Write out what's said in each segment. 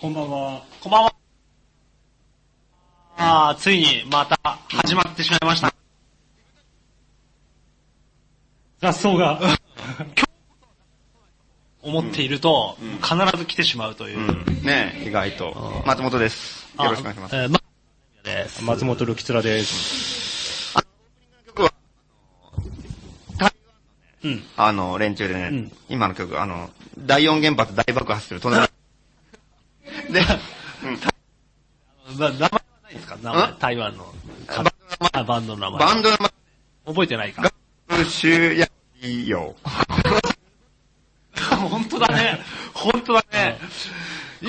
こんばんは。こんばんは。ああ、ついにまた始まってしまいました。雑草が。思っていると、必ず来てしまうという。うん。ねえ、意外と。松本です。よろしくお願いします。あえーまです松本るきつらです。うん。あの、連中でね、うん今の曲、あの、第四原発大爆発する 隣。で、うん、ま名前はないですか名前、台湾の。バンドのあバンドの名名前。前、バンドの名覚えてないか。 前、ガシュヤイヨ。 本当だね。本当だね。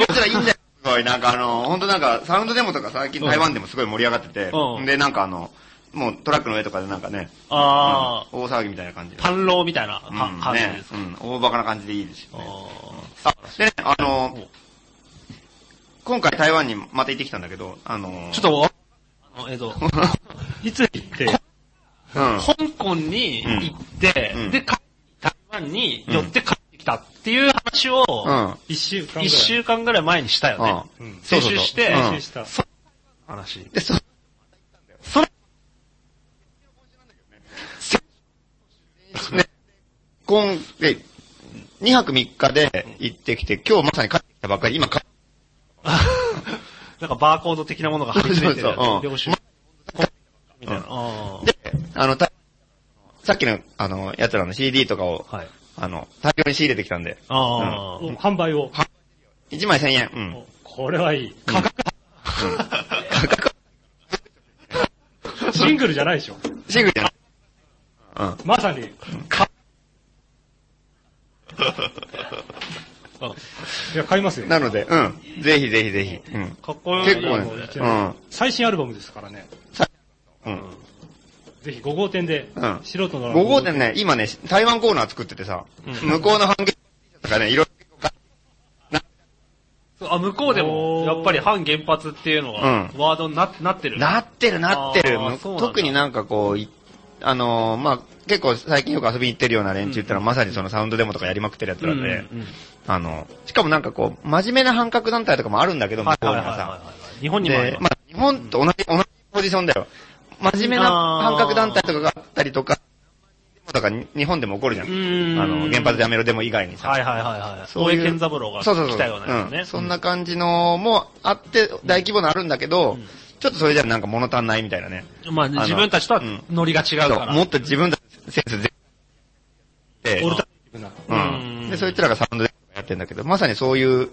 こちらいいんだよ。すごい、なんかあの、本当なんか、サウンドデモとか最近台湾でもすごい盛り上がってて、うんで、なんかあの、もうトラックの上とかでなんかね、ああ、うん大騒ぎみたいな感じで。パンローみたいなうかん、感じでねす、か。うん、大バカな感じでいいですよあね。ーあ、でね、あの、今回台湾にまた行ってきたんだけど、あの、ちょっと、あのえっ と、いつ行って、と、うん。香港に行って、うんで、か台湾に寄って帰ってきたっていう話を、うん。一週間ぐらい。一週間ぐらい前にしたよね。うんうんそ先うそうそう週して、うん練習した。話。で、そ、そ れ、今、で、2泊3日で行ってきて、今日まさに帰ってきたばっかり、今帰ってなんかバーコード的なものが入ってそうてそるうそううん。領収みたいな。あーで、あの、たさっきの、あの、奴らの CD とかを、はい。あの、大量に仕入れてきたんで、あーお販売を。 1枚1000円。うん。おこれはいい。価格、価格、シングルじゃないでしょ。シングルじゃない。うん。まさに。いや、買いますよ。なので、うん。ぜひぜひぜひ。うん。かっこよ結い構ねもうい、けう。なん最新アルバムですからね。うん。ぜひ5号店でうん、素人の5号店ね、今ね、台湾コーナー作っててさ、向こうの半径とかね、いろいあ、向こうでもお、ーやっぱり反原発っていうのがう、ワードにななってる。ろ、なってるなってるあー。むそうなんだ特になんかこう、いあのー、まあ、結構最近よく遊びに行ってるような連中ってのは、まさにそのサウンドデモとかやりまくってるやつうんらうんで、あの、しかもなんかこう、真面目な反核団体とかもあるんだけど、向はいこうにはいははいさ。はい。日本にもありで、ままあ、日本と同じ、同じポジションだよ。真面目な反核団体とかがあったりとか、とかに日本でも起こるじゃん。うーんあの、原発やめろデモ以外にす。さ。はいはいはいはい。そう大いう江健三郎がそうそうそう。来たようなやつうね。んそんな感じのもあって、大規模なあるんだけど、ちょっとそれじゃなんか物足んないみたいなね。うん。まあねあの自分たちとはうんノリが違うそかう、ら。もっと自分たちのセンスで、オルタナティブな。うん。うんで、そいつらがサウンドでやってんだけど、まさにそういう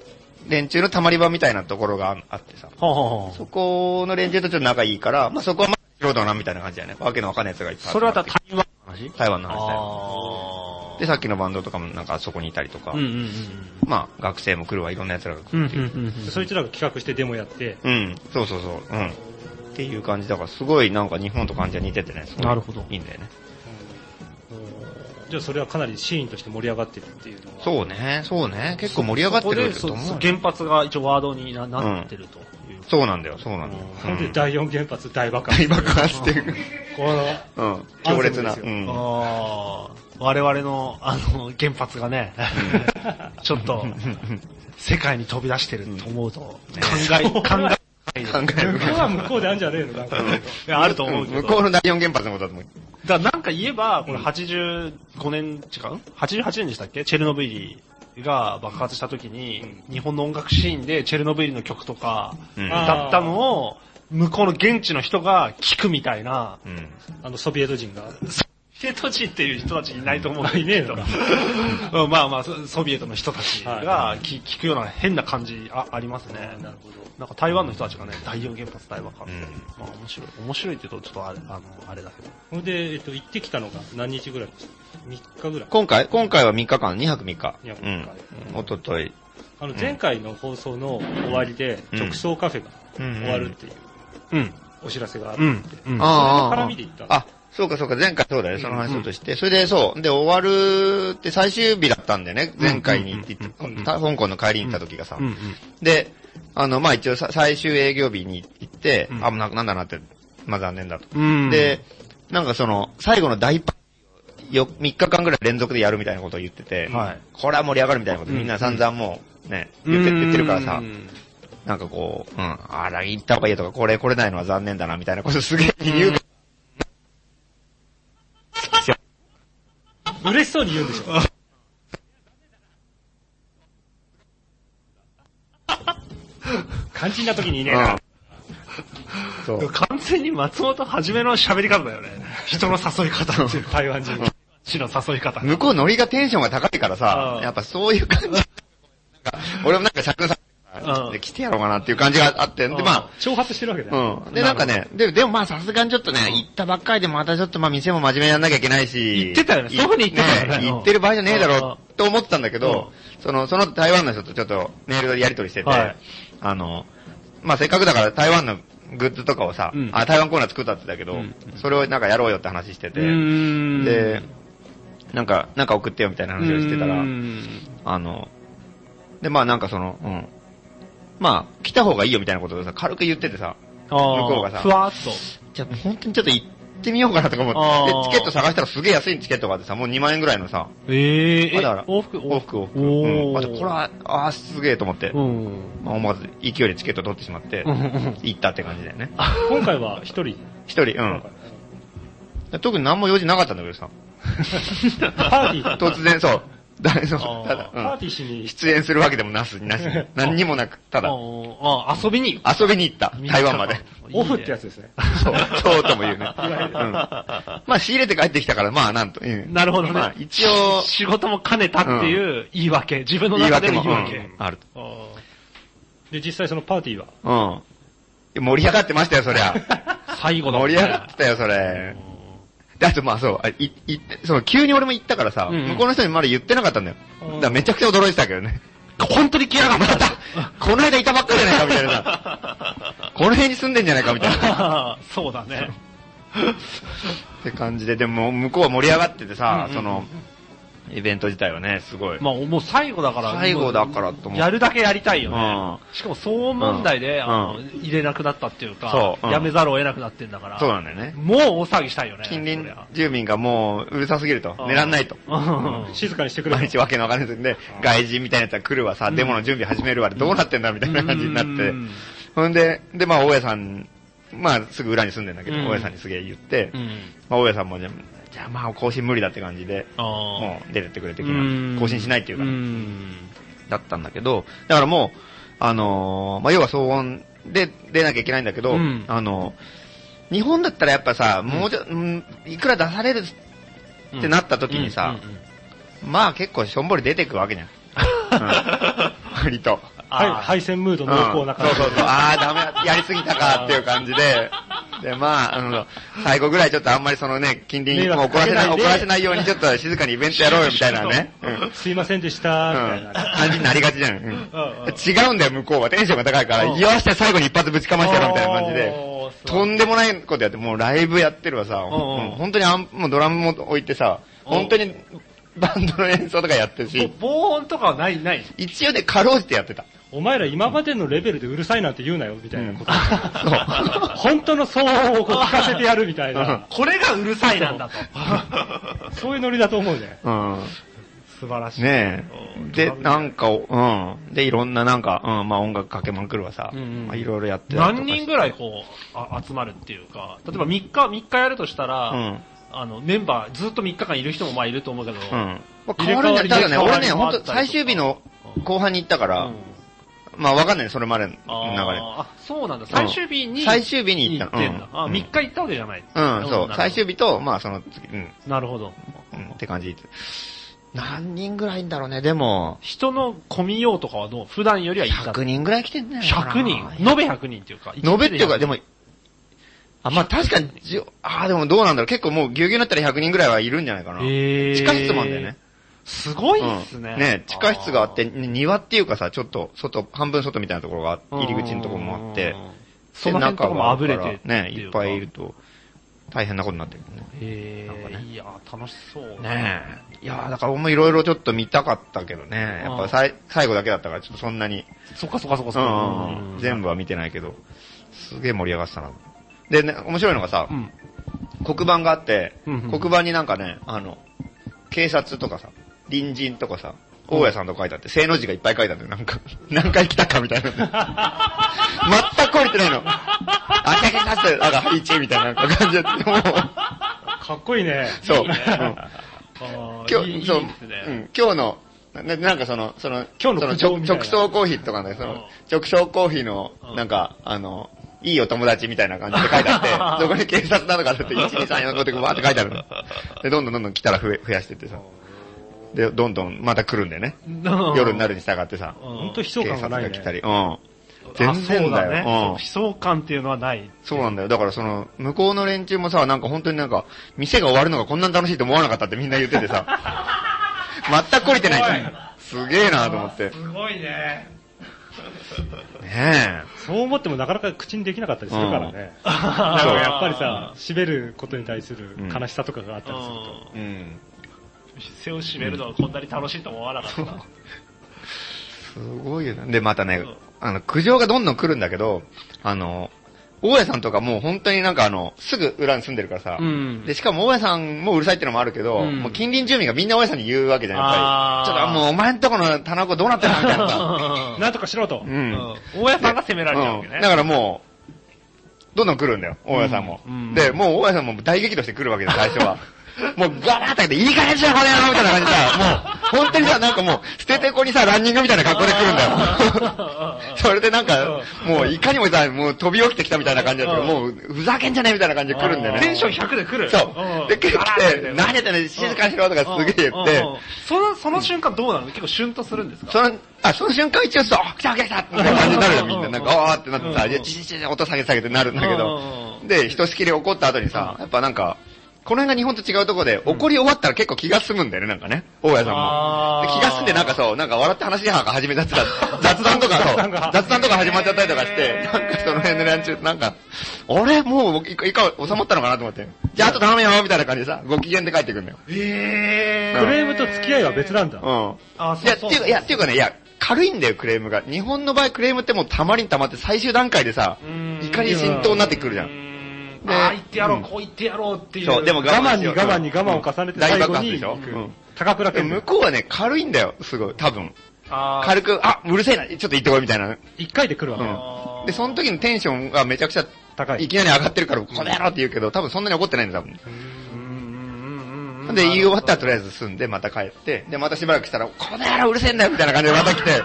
連中の溜まり場みたいなところがああってさ、ほうほうほうそこの連中とちょっと仲いいから、まあそこはまあ素人なみたいな感じだよね。わけのわかんない奴がいっぱい集まそって。れはた台湾の話台湾の話だよ。あで、さっきのバンドとかもなんかそこにいたりとか、ーうんうんうんまあ学生も来るわ、いろんな奴らが来うるん。うんうんうん。そいつらが企画してデモやって、うん、そうそうそう、うん。っていう感じだから、すごいなんか日本と感じが似ててね、すごいなるほどいいんだよね。じゃあそれはかなりシーンとして盛り上がってるっていうのは。そうね、そうね、結構盛り上がってるとそこで思そうよ。原発が一応ワードにななってるという。そうなんだよ、そうなんだよ。それうでん第4原発大 爆大発。爆発っていう、この、うん、強烈な、アうンセムでん。あー我々の、あの、原発がね、ちょっ と、世界に飛び出してると思うと、考え、考え考える向こうは向こうであるんじゃねえのなんか。いやあると思うけど。向こうの第四原発のことだと思う。だからなんか言えば、これ85年、違う ?88 年でしたっけチェルノブイリが爆発した時に、日本の音楽シーンでチェルノブイリの曲とか、うん歌ったのを、向こうの現地の人が聞くみたいな、うん。あの、ソビエト人が。ソビエト人っていう人たちいないと思うまあいねえのかど。 まあまあ、ソソビエトの人たちはがき聞くような変な感じあありますね。なるほど。なんか台湾の人たちがね、第4原発大爆発。うんまあ面白い。面白いって言うとちょっとあれあのあれだけど。それで、えっと、行ってきたのが何日ぐらいでした ?3 日ぐらい。今回今回は3日間、2泊3日。二泊うん三日。おととい。あの、前回の放送の終わりで、うん直送カフェが終わるっていううん。お知らせがあって、うん。うん。あそれの絡みで行ったあ、そうかそうか、前回そうだよ、その話をとして。それでそう、で終わるって最終日だったんだよね、前回に行って、た香港の帰りに行った時がさ。うんうん。で、あの、まあ、一応さ最終営業日に行って、うんあ、もうななんだなって、まあ残念だと。うんで、、なんかその、最後の大パーよ、3日間ぐらい連続でやるみたいなことを言ってて、はいこれは盛り上がるみたいなこと、うんみんな散々もう、ね、うん言って言ってるからさ、なんかこう、うん、あら、行った方がいいとか、これ来れないのは残念だな、みたいなことすげえ言うか嬉しそうに言うんでしょ。肝心な時にいねえら、な。そでもう。完全に松本はじめの喋り方だよね。人の誘い方っていうか、 台湾人。死の誘い方。向こうノリがテンションが高いからうさん、やっぱそういう感じ。なんか俺もなんか釈迦さうんん、来てやろうかなっていう感じがあって、で、うんまあ、挑発してるわけだよ。うん。で、なんかね、で、でもまあさすがにちょっとね、行ったばっかりでまたちょっとまあ店も真面目にやんなきゃいけないし。言ってたよねそういうふうに言ってたよねねうん行ってる場合じゃねえだろうと思ってたんだけど、その、その台湾の人とちょっとメールでやり取りしてて、はいあの、まあせっかくだから台湾のグッズとかをさ、うんあ、台湾コーナー作ったって言ってたけど、うんそれをなんかやろうよって話してうて、ーんで、なんか、なんか送ってよみたいな話をしてたら、うーんあの、で、まあなんかその、うん。まあ、来た方がいいよみたいなことをさ、軽く言っててさ、あー向こうがさふわーっと。じゃあ本当にちょっと行ってみようかなとか思あーって、で、チケット探したらすげえ安いチケットがあってさ、もう2万円ぐらいのさ、ええあだから往復、往復往復。おーうん、あとこれは、ああ、すげえと思って、うん。まあ思わず勢いでチケット取ってしまってう、ん行ったって感じだよね。今回は一人。一人、うん。特に何も用事なかったんだけどさ、パーティー。突然そう、誰そうあーただ、うパーん、ティーしに、出演するわけでもなす、なし、何にもなく、ただ、あー遊びに。遊びに行った、台湾まで。オフってやつですね。 そう、そうとも言うね。うん。なまあ仕入れて帰ってきたから、まあなんと、うん。るほどまあね。一応、仕事も兼ねたっていう言い訳。自分の言い中で訳も、のう言い訳。ん、ある。あで、実際そのパーティーは。うん。盛り上がってましたよ、そりゃ。ー最後の。盛り上がってたよ、それ。で、あとまあそう、あい、い、その急に俺も行ったからさ、うんうん向こうの人にまだ言ってなかったんだよ。だからめちゃくちゃ驚いてたけどね。本当に来やがっまたた、この間いたばっかじゃないか、みたいなさ。 この辺に住んでんじゃないか、みたいな。っあーそうだね。て感じで、でも向こうは盛り上がっててさ、うんうんその、イベント自体はね、すごい。まあ、もう最後だから。最後だからと思ってやるだけやりたいよね。うしかも騒音問題で、うんあの、入れなくなったっていうかそ、ううんやめざるを得なくなってんだから。そうなんだよね。もう大騒ぎしたいよね。近そ隣りゃ住民がもううるさすぎると。寝らんないと。 うん静かにしてくれ毎日わけのわかんないんで、外人みたいなやつが来るわさ、デモの準備始めるわ、どうなってんだみたいな感じになって。ほんで、で、まあ、大家さん、まあ、すぐ裏に住んでんだけど、うん大家さんにすげえ言って、うん。まあ、大家さんもじゃあ、じゃあまあ、更新無理だって感じで、あもう出てってくれあ。てきな、更新しないっていうか、ん。だったんだけど、だからもう、あのーまあ、要は騒音で出なきゃいけないんだけど、うんあのー日本だったらやっぱさ、もうちょ、うんいくら出されるってなった時にさ、うんうんうんまあ結構しょんぼり出てくわけじゃん。うん、割と。はあいー敗戦ムード濃厚な感うんじ。そうそうそう。ああ、ダメだ、やりすぎたかっていう感じで。で、まあ、あの、最後ぐらいちょっとあんまりそのね、近隣に迷も怒惑らせない、かけないで怒らせないようにちょっと静かにイベントやろうよみたいなね。うん。うんすいませんでした、みたいな。感じになりがちじゃん。うんんうん違うんだよ、向こうは。テンションが高いから、うん言わして最後に一発ぶちかましてやろうみたいな感じで。おーとんでもないことやって、もうライブやってるわさ、んうん本当にあんもうドラムも置いてさ、うん本当にバンドの演奏とかやってるそうし、防音とかはない、ない。一応ね、かろうじてやってた。お前ら今までのレベルでうるさいなんて言うなよ、みたいなこと。そう。本当の騒音をこう聞かせてやるみたいな。これがうるさいなんだと。そういうノリだと思うね。うん。素晴らしい。ねうんえ。で、なんかを、うん。で、いろんななんか、うん、まあ音楽かけまくるわさ、うんうんまあいろいろやってたりと何か人してぐらいこう、あ集まるっていうか、例えば3日、三日やるとしたら、うん。あの、メンバー、ずっと3日間いる人もまあいると思うけど、うん。まあ入れ変替わわるりんじゃないただね、入れ替わり俺ね、もあっほたりんととか最終日の後半に行ったかうらん、まあわかんないね、それまでの流あーあそうなんだ。最終日に、れ。最終日にに行行っったてのんだ。あ、うん3日行ったわけじゃない。うん、そなるほう。ど最終日と、まあその次、うん、なるほど。うん、って感じ。何人ぐらいいんだろうね、でも、人の混みようとかはどう普段よりはいった。 100人ぐらい来てんね。 100人延べ100人っていうか。延べっていうか、でも、も、あ、まあ確かに、じゅああ、でもどうなんだろう。結構もうぎゅうぎゅうになったら100人ぐらいはいるんじゃないかな。えー、地下室もあんだよね。。すごいうんっすね。ね地下室があって、に庭っていうかさ、ちょっと外、半分外みたいなところがあって、入り口のところもあってうん、その辺とかもあぶれてでる中があるからね、いっぱいいる。と、大変なことになってるけどね。へなんーかねいやー、楽しそう。ねえ。いやーだから俺もいろいろちょっと見たかったけどね。やっぱさい最後だけだったから、ちょっとそんなに、そっかそっかそっかそっか。うん、全部は見てないけど、すげえ盛り上がってたな。でね、面白いのがさ、うん。黒板があって、うんうん黒板になんかね、あの、警察とかさ、隣人とかさ、大家さんと書いてあって、正の字がいっぱい書いてあって、なんか、 何回来たかみたいな。全く降りてないの。あちゃちゃちゃって、なんか、1みたいななんか感じで、もう、かっこいいね。そう。うんあー今いいいい日、ですそう、うね。ん、今日の、ななんかその、その、今日の苦情そのみた直いな直送コーヒーとかね、その、直送コーヒーのう、んなんか、あの、いいお友達みたいな感じで書いてあって、そこに警察なのかって、1、2、3、4、5ってわーって書いてあるの。で、どんどんどんどん来たら増え増やしてってさ。で、どんどんまた来るんだよね。夜になる。るに従ってさ、ほん本と悲壮警感が察ながい来たり。ね。うん。全然だよね。うん悲壮感っていうのはない。そうなんだよ。だからその、向こうの連中もさ、なんか本当になんか、店が終わるのがこんなに楽しいと思わなかったってみんな言っててさ、 全く懲りてないじゃん。すげえなと思って。すごい ね。ねそう思ってもなかなか口にできなかったりするからね。なんかやっぱりさ、締めることに対する悲しさとかがあったりすると。え。うん。店を閉めるのはこんなに楽しいと思わなかった。すごいよね。で、またねん、あの、苦情がどんどん来るんだけど、あの、大家さんとかもう本当になんかあの、すぐ裏に住んでるからさ、んで、しかも大家さんもうるさいってのもあるけど、うんもう近隣住民がみんな大家さんに言うわけじゃん、やあっーぱり。ちょっともうお前んとこの棚子どうなってるのみたいなさ。 なんとかしろとうう。んん。大家さんが責められちゃうわけうんだね。からもう、どんどん来るんだよ、大家さんも。うんうんで、もう大家さんも大激怒して来るわけ だよ、最初は。もうガラーって開けて、いい加減にしろ、この野郎みたいな感じでさ、もう、本当にさ、なんかもう、捨ててこにさ、ランニングみたいな格好で来るんだよ。 それでなんか、もう、いかにもさ、もう飛び起きてきたみたいな感じだけど、もう、ふざけんじゃねえみたいな感じで来るんだよね。テンション100で来る。そう。で、来て、何やってんの静かにしろとかすげえ言って、その、その瞬間どうなの結構シュンとするんですかその、あ、その瞬間一応さ、あ、来た来た来たみたいな感じになるよ、みんな。うんなんか、あーってなってさ、うんいや、ちちちち、音下げて下げてなるんだけどう。んで、ひとしきり怒った後にさ、やっぱなんか、この辺が日本と違うとこで、怒り終わったら結構気が済むんだよね、なんかね。大家さんもあ。でー気が済んでなんかそう、なんか笑って話が始めたってた。雑談とか、そう雑談とか始まっちゃったりとかして、へなーんかその辺の連中、なんか、あれもう、いいか、収まったのかなと思って。じゃあ、あと頼むよ、みたいな感じでさ、ご機嫌で帰ってくるんだよ。えクレームと付き合いは別なんだ。うん。あ、いや、そってういうそか、う。いや、っていうかね、いや、軽いんだよ、クレームが。日本の場合、クレームってもうたまりにたまって最終段階でさ、怒り浸透になってくるじゃん。でああ、言ってやろうんう、こう言ってやろうっていう。そう、でも我慢にしよう我慢に我慢を重ねて大最爆後発でにしょ行うくん。高倉で健向の。こうはね、軽いんだよ、すごい、多分。あー軽く、あ、うるせえな、ちょっと行ってこい、みたいな。一回で来るわけよ。あうん。ーで、その時のテンションがめちゃくちゃ、高いい。きなり上がってるから、この野郎って言うけど、多分そんなに怒ってないんだよ、多分。で、言い終わったらとりあえず済んで、また帰って、で、またしばらくしたら、この野郎うるせえんだよみたいな感じでまた 来て、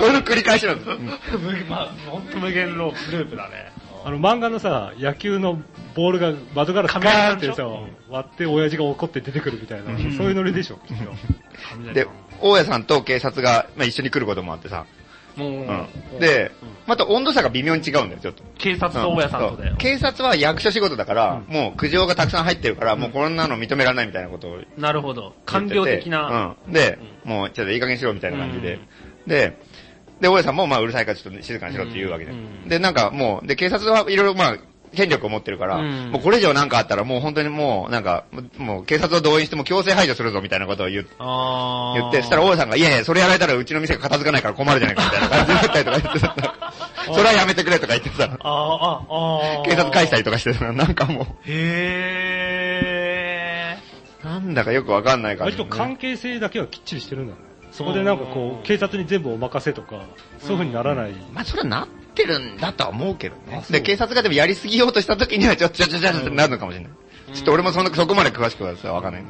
これの繰り返しなんです。うん無まあ、ほんと無限のループだね。あの漫画のさ、野球のボールが窓ガラスガ亀梨ーさっんてでしさょ、割って親父が怒って出てくるみたいな、そういうノリでしょ、きっとで、大家さんと警察が、まあ、一緒に来ることもあってさ。もう、うん。で、また温度差が微妙に違うんだよ、ちょっと。警察と大家さんとでそう。警察は役所仕事だから、もう苦情がたくさん入ってるから、もうこんなの認められないみたいなことを言っててなるほど。官僚的な。。うん。で、もうちょっといい加減にしろみたいな感じでうん。で、で、大家さんもまあうるさいからちょっと静かにしろって言うわけでうんう。んで、なんかもう、で、警察はいろいろまあ、権力を持ってるから、うんもうこれ以上なんかあったらもう本当にもう、なんか、もう警察を動員しても強制排除するぞみたいなことを言ってあー言って、したら、大家さんが、いやいや、それやられたらうちの店が片付かないから困るじゃないかみたいな感じになったりとか言ってさ、 それはやめてくれとか言ってあーさ、あ、あー警察返したりとかしてさ、なんかもへう、なんだかよくわかんないから、割と関係性だけはきっちりしてるんだね。そこでなんかこうんう、警察に全部お任せとか、そういう風にならない。まあそれはなってるんだとは思うけどねあ。そうで、警察がでもやりすぎようとした時には、ちょ、ちょ、ちょ、ちょ、ちょってなるのかもしれない。ちょっと俺もそんな、そこまで詳しくはさ、わかんない。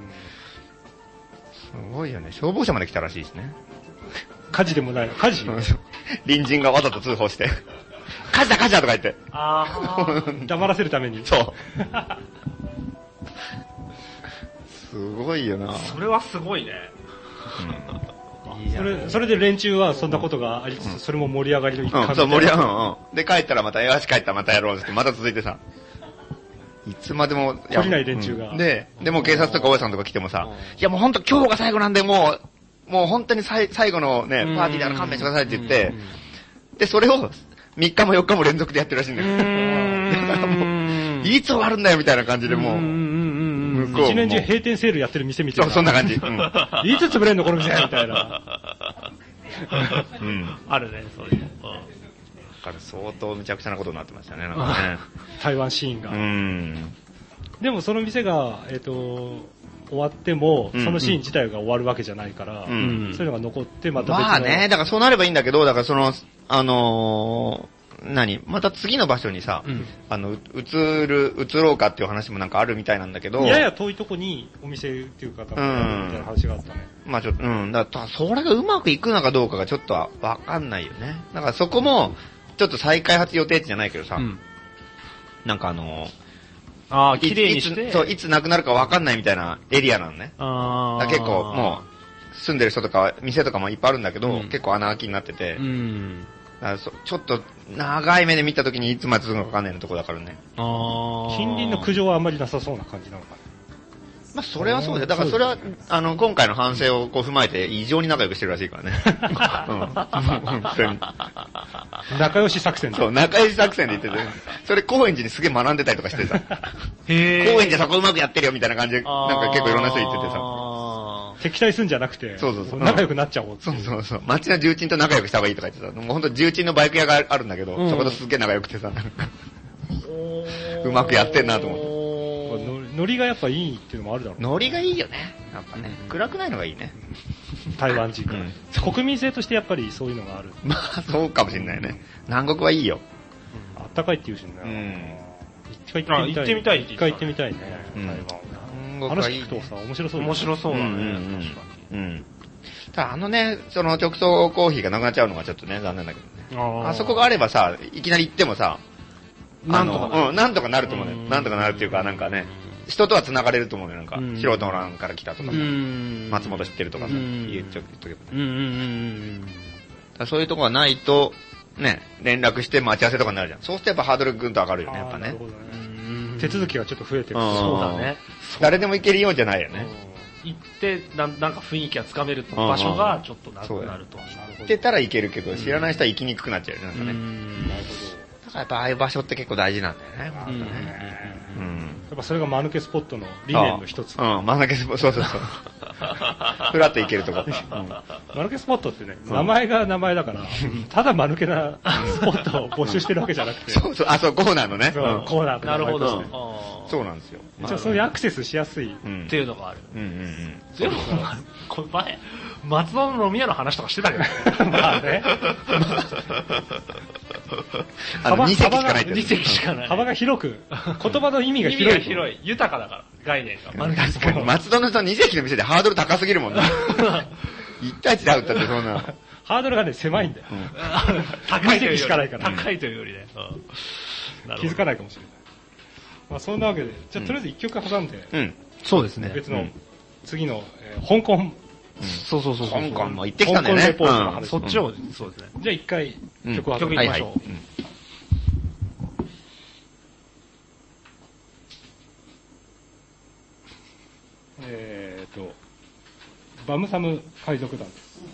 すごいよね。消防車まで来たらしいしね。火事でもない。火事 隣人がわざと通報して、 火事だ火事だとか言って。ー。あー黙らせるために。そう。すごいよな。それはすごいね。 それ、それで連中はそんなことがありつつ、それも盛り上がりの一環うでん、そう、森山、うんうん。で、帰ったらまた、よし、帰ったらまたやろうって、また続いてさ。いつまでも、や懲りない連中がうんで、でも警察とか大家さんとか来てもさ、いやもうほんと今日が最後なんで、もう、もう本当にさい最後のね、パーティーだから勘弁してくださいって言って、で、それを3日も4日も連続でやってるらしいんだよ。だから もう、いつ終わるんだよみたいな感じでもう、向こうも。一年中閉店セールやってる店みそ、たいうな。そんな感じ。うん。いつ潰れんのこの店みたいな。うん。あるね、そういうの。だから相当むちゃくちゃなことになってましたね、なんかね。台湾シーンが。うん。でもその店が、えっ、と、終わっても、うんそのシーン自体が終わるわけじゃないから、うんそういうのが残って、また別の。まあね、だからそうなればいいんだけど、だからその、あのー何また次の場所にさ、うんあの、う移る、移ろうかっていう話もなんかあるみたいなんだけど、やや遠いとこにお店っていうか、多分やるみたいな話があったね。まあちょっと、うん、だからそれがうまくいくのかどうかがちょっとわかんないよね。だからそこも、ちょっと再開発予定地じゃないけどさ、うんなんかあのーああ、い綺麗にして。いつそう、いつなくなるかわかんないみたいなエリアなのね。ああだから結構もう、住んでる人とか、店とかもいっぱいあるんだけど、うん結構穴開きになってて、うん。だからそちょっと長い目で見た時にいつまで続くのかわかんないのとこだからね。ああ。近隣の苦情はあんまりなさそうな感じなのかまあそれはそうだよ。だからそれは、あの、今回の反省をこう踏まえて異常に仲良くしてるらしいか らね。うん。本当に。な。仲良し作戦そだ。う、仲良し作戦で言ってて、それ高円寺にすげえ学んでたりとかしてさ、へ え。高円寺そこうまくやってるよみたいな感じで、あなーんか結構いろんな人言っててさ。あ敵対するんじゃなくて、そうそうそう仲良くなっちゃおうってそいううそうそう。街の重鎮と仲良くした方がいいとか言ってさ、もうほんと重鎮のバイク屋があるんだけど、うんそことすげえ仲良くてさ、なんかーうまくやってんなと思ってまあのノリがやっぱいいっていうのもあるだろうね。ノリがいいよね。やっぱね。暗くないのがいいね。台湾人からうん。国民性としてやっぱりそういうのがある。 まあ、そうかもしんないね。南国はいいよ。あったかいって言うしね。一回あ行ってみたいって一言回行っってたねてみたいね。うん台南湾。国話はいい、聞ねく。とさ、面白そうだね面白そうだうんうんうんね。確かうん。ただあのね、その直送コーヒーがなくなっちゃうのがちょっとね、残念だけどね。に。あーあそこがあればさ、いきなり行ってもさ、なあんとかのなるうん、なんとかなると思ううね。んなんとかなるっていうか、なんかね、人とは繋がれると思うよ。なんかう、ん素人の欄から来たとかうさ、ん。松本知ってるとかさ、うん言っちゃ言っとけばね。うんうんうんだからそういうとこがないと、ね、連絡して待ち合わせとかになるじゃん。そうするとやっぱハードルぐんと上がるよね、やっぱあーなねる。ほどねうんうん。手続きがちょっと増えてる。うんそうだね。誰でも行けるようじゃないよね。行ってなん、なんか雰囲気がつかめると場所がちょっとなくなると。行ってたら行けるけど、知らない人は行きにくくなっちゃうよね、なんかうね。んなるほだからやっぱああいう場所って結構大事なんだよね。ど。うんなるほどねうん。やっぱそれが間抜けスポットの理念の一つ。ああうん、真ん中スポそうそうそう。ふらっと行けるとこ。うん間抜けスポットってね、名前が名前だから、ただ間抜けなスポットを募集してるわけじゃなくて、そうそう、あ、そう、コーナーのね。そううんコーナーとかなるほ毎ど年。ねあーそうなんですよ。一応そういうアクセスしやすい。うん。っていうのがある。うんうんうん。でも、これ前、松戸の飲み屋の話とかしてたけどね。 まあね。 あの、2幅席しかないってやつ。 2席しかない。幅が広く、言葉の意味意が味広がい。広い。豊かだから、概念が。うん確かに、松戸の人2席の店でハードル高すぎるもんね。1対1で会うったってそんな。ハードルがね、狭いんだよ。高いというよ二席りしかないから高いというよりね。うん気づかない。ないかもしれない。まあそんなわけで、じゃあとりあえず一曲挟んで、うん。そうですね別うのん、次の、えー香港、そうそうそう。香港も行ってきたんだよ香ね港レ。ポートの話そっちを、そうですね。じゃあ一回うん曲を挟ん曲で行はきいまはしい。ょう。うんえーと、バムサム海賊団です。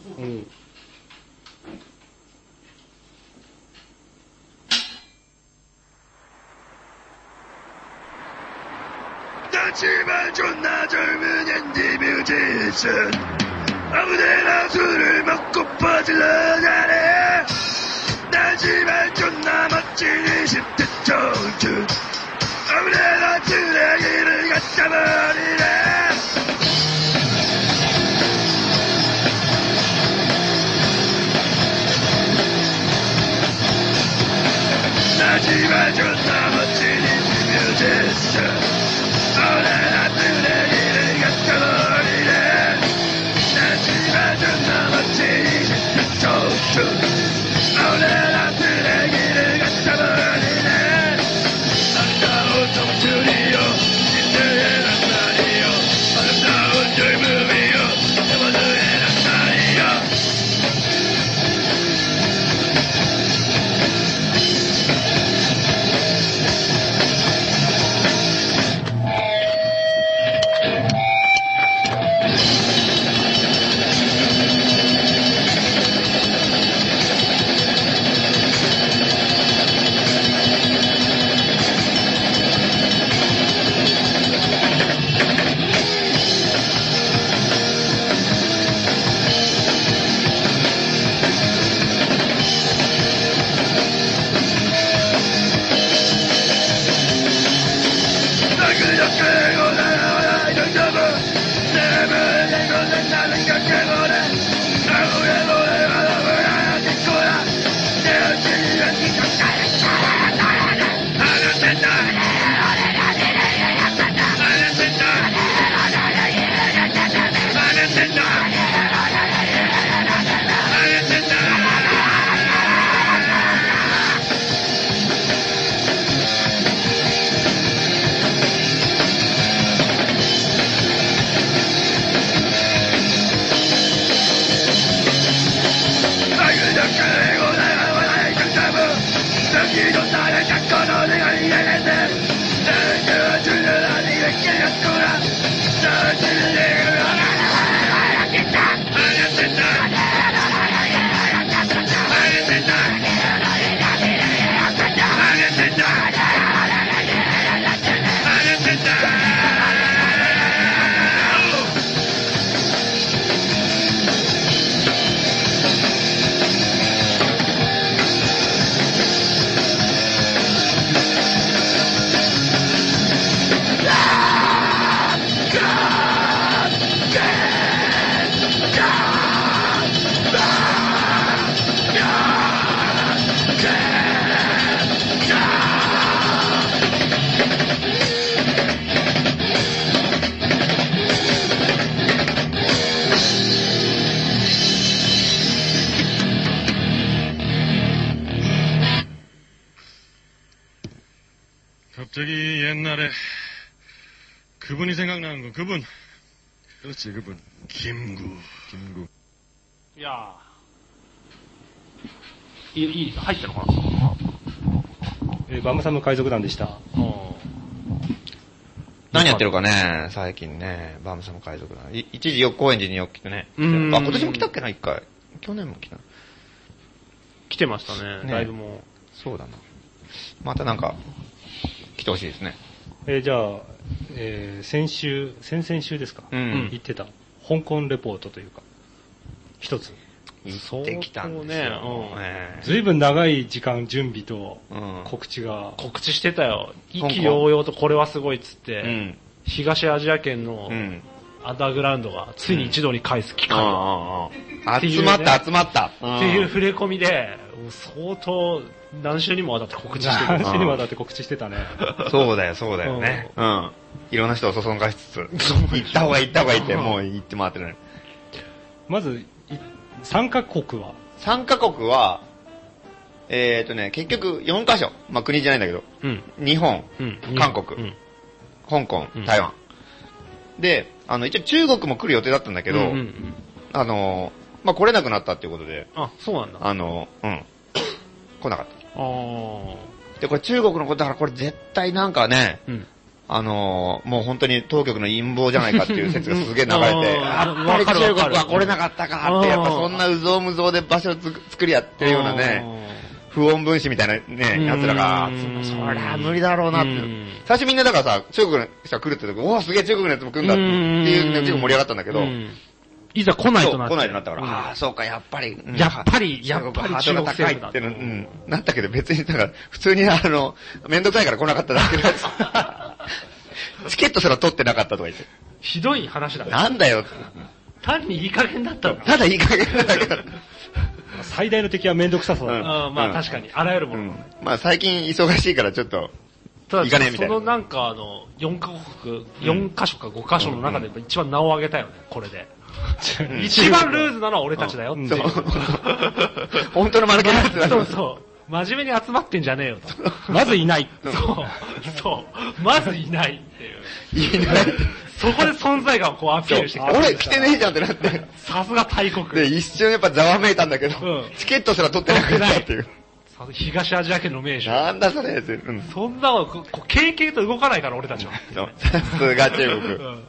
「あなたを 갑자기 옛날에 그분이 생각나는 거 그분 그렇지, 그분. 김구 김구.いやーいい、いい、入ってるのかなえーバムさんの海賊団でした。何やってるかね、最近ね、バームサム海賊団。い一時よ、高円寺によく来てね。あ、うん今年も来たっけな、一回。去年も来た。来てましたね、ねライブも。そうだな。またなんか、来てほしいですね。えーじゃあ、えー先週、先々週ですか、うん行ってた、香港レポートというか、一つ。行ってきたんですよ。相当ねうんねずいぶん長い時間準備とうん告知が、 告知してたよ。意香港気揚々とこれはすごいっつって、うん。東アジア圏のうん。アンダーグラウンドがついに一堂に返す機会をってい集うねまった、集まった。っていう触れ込みで、もう相当何週にもわたって告知してた。話にわたって告知してたね。そうだよ、そうだよね。うん。いろんな人をそそんかしつつ、行った方がいい行った方がいいって、もう行って回ってる。まず、い参加国は、 3カ国は、えーとね、結局4カ所。まあ国じゃないんだけど、うん。日本、うん。韓国うん。香港うん、台湾。で、あの、一応中国も来る予定だったんだけけど、うんうんうんあの、まあ来れなくなったっていうことで、あ、そうなんだ。ああの、うん。来なかっあー。た。で、これ中国のことだからこれ絶対なんかね、うん。あのーもう本当に当局の陰謀じゃないかっていう説がすげえ流れて、あやーっぱわり中か国るわはかる来れなかったかって、うんやっぱそんなうぞうむぞうで場所をつく作りやってるようなね、不穏分子みたいなね、奴らがうん、そりゃ無理だろうなってうん。最初みんなだからさ、中国の人が来るって時、おおすげえ中国のやつも来るんだっていうね、結構盛り上がったんだけど、うんいざ来ないそうとなっ来ないとなったから、うんああ、そうか、やっぱり、うんやっぱり中国はやっぱりハードルが高いって中国政の、うん府、なったけど別に、だから、普通にあの、めんどくさいから来なかっただけ です。チケットすら取ってなかったとか言って、ひどい話だね。なんだよ、単にいい加減だったのただいい加減なんだけど。最大の敵はめんどくささだ、うんあーまあ確かに、あらゆるもうの。んまあ最近忙しいからちょっと、ただ行かねえみたいなそのなんかあの、4カ国、4カ所か5カ所の中で一番名を上げたよね、これで。 一番ルーズなのは俺たちだよっていうそう本当の間抜けなやつ だそうそう。真面目に集まってんじゃねえよと。 まずいない。そう。そう。まずいないっていう。いない。そこで存在感をこうアピールしてきた。俺来てねえじゃんって なって。さすが大国。で、一瞬やっぱざわめいたんだけど、うんチケットすら取ってなかったっていう。さすが東アジア圏の名手。なんだそれ、うんそんなの、ここう、軽々と動かないから俺たちは。そうさすが中国。うん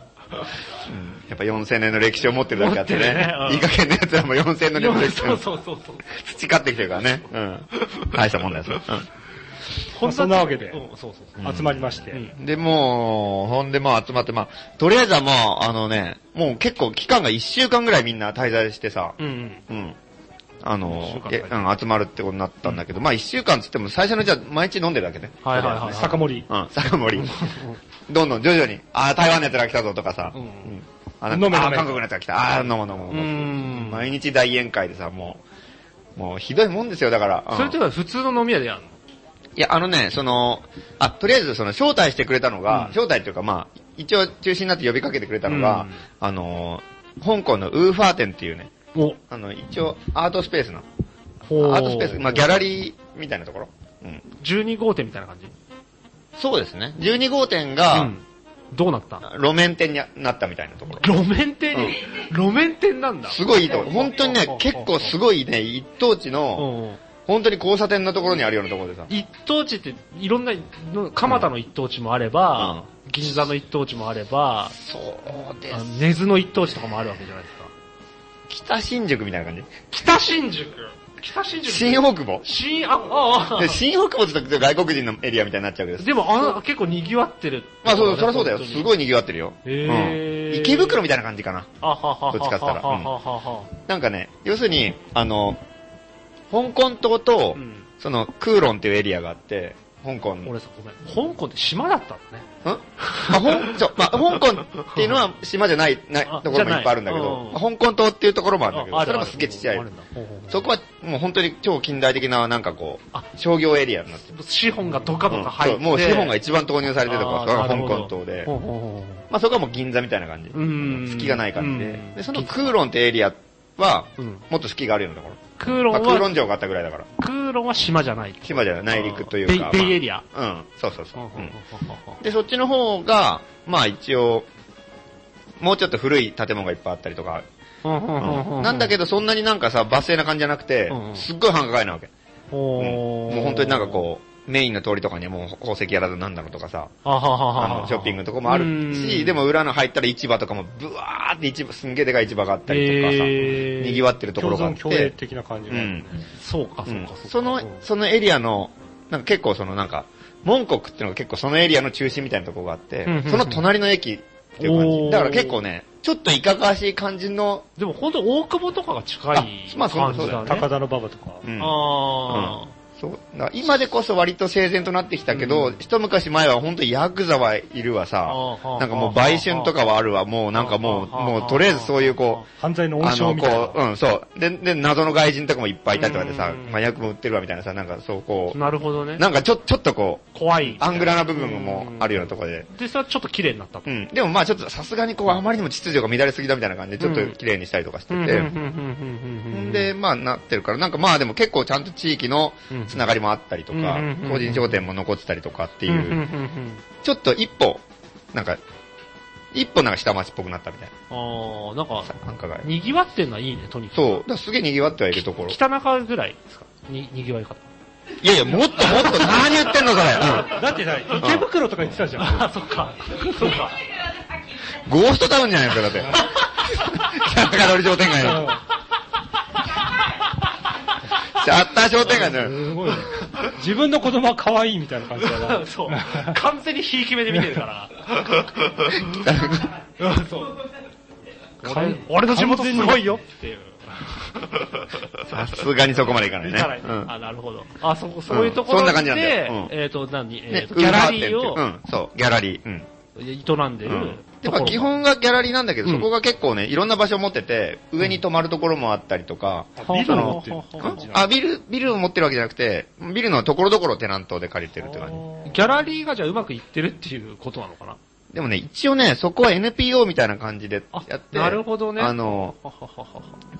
やっぱ4000年の歴史を持ってるだけあって持ってね。るねうんいい加減な奴らも4000年の歴史そうをそうそうそう。培ってきてるからね。うん。大したもんだ よ、それほそんなわけでうん、そうそうそう。集まりまして、うんで、もう、ほんでもう集まって、まあ、とりあえずはもう、あのね、もう結構期間が1週間ぐらいみんな滞在してさ、うんうん。うん。あ一週の間、えうん、集まるってことになったんだけど、まあ1週間つっても最初のじゃあ毎日飲んでるだけね。はいはいはい。酒盛り。うん、酒 盛り。どんどん徐々に、ああ、台湾の奴ら来たぞとかさ、うんあなん飲めかあ飲ーめ韓国のやつが来た。ああー、飲もう飲もうう飲もう。ん。毎日大宴会でさ、もう、もうひどいもんですよ、だから。うんそれっていうのは普通の飲み屋でやんのいや、あのね、その、あ、とりあえずその招待してくれたのが、招待っていうかまあ、一応中止になって呼びかけてくれたのが、うんあのー、香港のウーファー店っていうね、お、あの、一応アートスペースの、ほアートスペース、まあギャラリーみたいなところ。うん。 12号店みたいな感じそうですね。12号店が、うんどうなった路面店になったみたいなところ。路面店に、路面店なんだ。すごいいいところ。本当にうんね、結構すごいね、一等地うの、んうん本当に交差点のところにあるようなところでさ。一等地って、いろんな、蒲田の一等地もあれば、銀座の一等地もあれば、そうであす。根津の一等地とかもあるわけじゃないですか。北新宿みたいな感じ。北新宿。北新宿。新大久保新、あ、あ、で、新大久保って言ったら外国人のエリアみたいになっちゃうけど。でも、あの、結構賑わってる。まあそう、そりゃそうだよ。本当にすごい賑わってるよ。へーうん池袋みたいな感じかな。あははは。どっちかっつったはらははは。なんかね、要するに、あの、香港島とう、ん。その、空論っていうエリアがあって、香港。ん俺さ、ごめん。香港って島だったのね。まあ、ほんそうまあ、香港っていうの は島じゃない、ないあところもいっぱいあるんだけじゃないど、まあ香港島っていうところもあるんだけど、あそれもすげえちっちゃあるいん。だほうほうほうそこはもう本当に超近代的ななんかこあう、商業エリアになってる。資本がドカドカ入っそうて。もう資本が一一番投入されてるところ、それが香港島で。まあそこはもう銀座みたいな感じ。うん隙がない感じうでん。で、その空論ってエリアはうん、もっとスキーがあるようなところ。空論まあ、空は、論城があったぐらいだから。空論は島じゃない。島じゃない、内陸というか。ベイベイエリリア。ア。うん、そうそうそう。うんうで、そっちの方が、まあ一応、もうちょっと古い建物がいっぱいあったりとか、んなんだけど、どそんなになんかさ、罵声な感じじゃなくてうんう、んすっごい繁華街なわけ。うんももう本当になんかこう、メインの通りとかにはもう宝石やらずなんだろうとかさ、う、あははあははの、ショッピングのとこもあるし、で、も裏の入ったら市場とかもブワーって市場、すんげえでかい市場があったりとかさ、賑わってるとこ共ろがあっ存共栄て、的な感じがあるね。そうか、そううんか、うかそのうん、そのエリアの、なんか結構そのなんか、モンコクっていうのが結構そのエリアの中心みたいなところがあってうんうんう、んその隣の駅っていう感おじ。ーだから結構ね、ちょっといかがわしい感じの、でも本当大久保とかが近いあまあ感そうそじうだだよね。高田馬場とか。うんあそうだから今でこそ割と整然となってきたけど、一昔前は本当ヤクザはいるわあさ、ーなんかもう売春とかはあるわ、もうなんかもう、あーもうとりあえずそういうこ犯罪のう、温あ床の、みたいなこ。う、うん、そう。で、で、謎の外人とかもいっぱいいたりとかでさう、ん麻薬も売ってるわみたいなさ、なんかそうこなるほどう、ね。なんかちょ、ちょっとこう、怖い。アングラな部分もあるようなところで。で、それはちょっと綺麗になったと。うん。でもまあちょっとさすがにこう、あまりにも秩序が乱れすぎだみたいな感じで、ちょっと綺麗にしたりとかしてうんうんて、うんうんうんうんで、まあなってるから、なんかまあでも結構ちゃんと地域のうんつながりもあったりとかうんうんうんう、ん個人商店も残ってたりとかってうんいうんうんうう、んちょっと一歩、なんか、一歩なんか下町っぽくなったみたいあーなんかな、、繁華街。賑わってんのはいいね、とにかく。そう。だからすげえ賑わってはいるところ。北中ぐらいですかに、賑わい方。いやいや、もっともっと、何言ってんのそれ。だってさ、池袋とか言ってたじゃん。あ、そっか。 そっか。うんゴーストタウンじゃないですか、だって。北中通り商店街の。シャッター商店街の。すごいね。自分の子供は可愛いみたいな感じだ な。そう。完全にひいき目で見てる から。そう。 俺の地元すごいよっていう。さすがにそこまでいかないいね。かない。うんあ、なるほど。あ、そこ、そういうところうんで、そんな感じなんだようんえっと、何えねっ、と、ギャラリーウーバー店っていううん、そう、ギャラリー。うん。を営んでうるんでところまあも。基本がギャラリーなんだけど、うんそこが結構ね、いろんな場所を持ってて、上に泊まるところもあったりとか、あビルを持ってるうん感じなあ、ビル、ビルを持ってるわけじゃなくて、ビルのところどころテナントで借りてるって感の。ギャラリーがじゃあうまくいってるっていうことなのかなじ。でもね、一応ね、そこは NPO みたいな感じであやっ、て、なるほどね。あの、はははは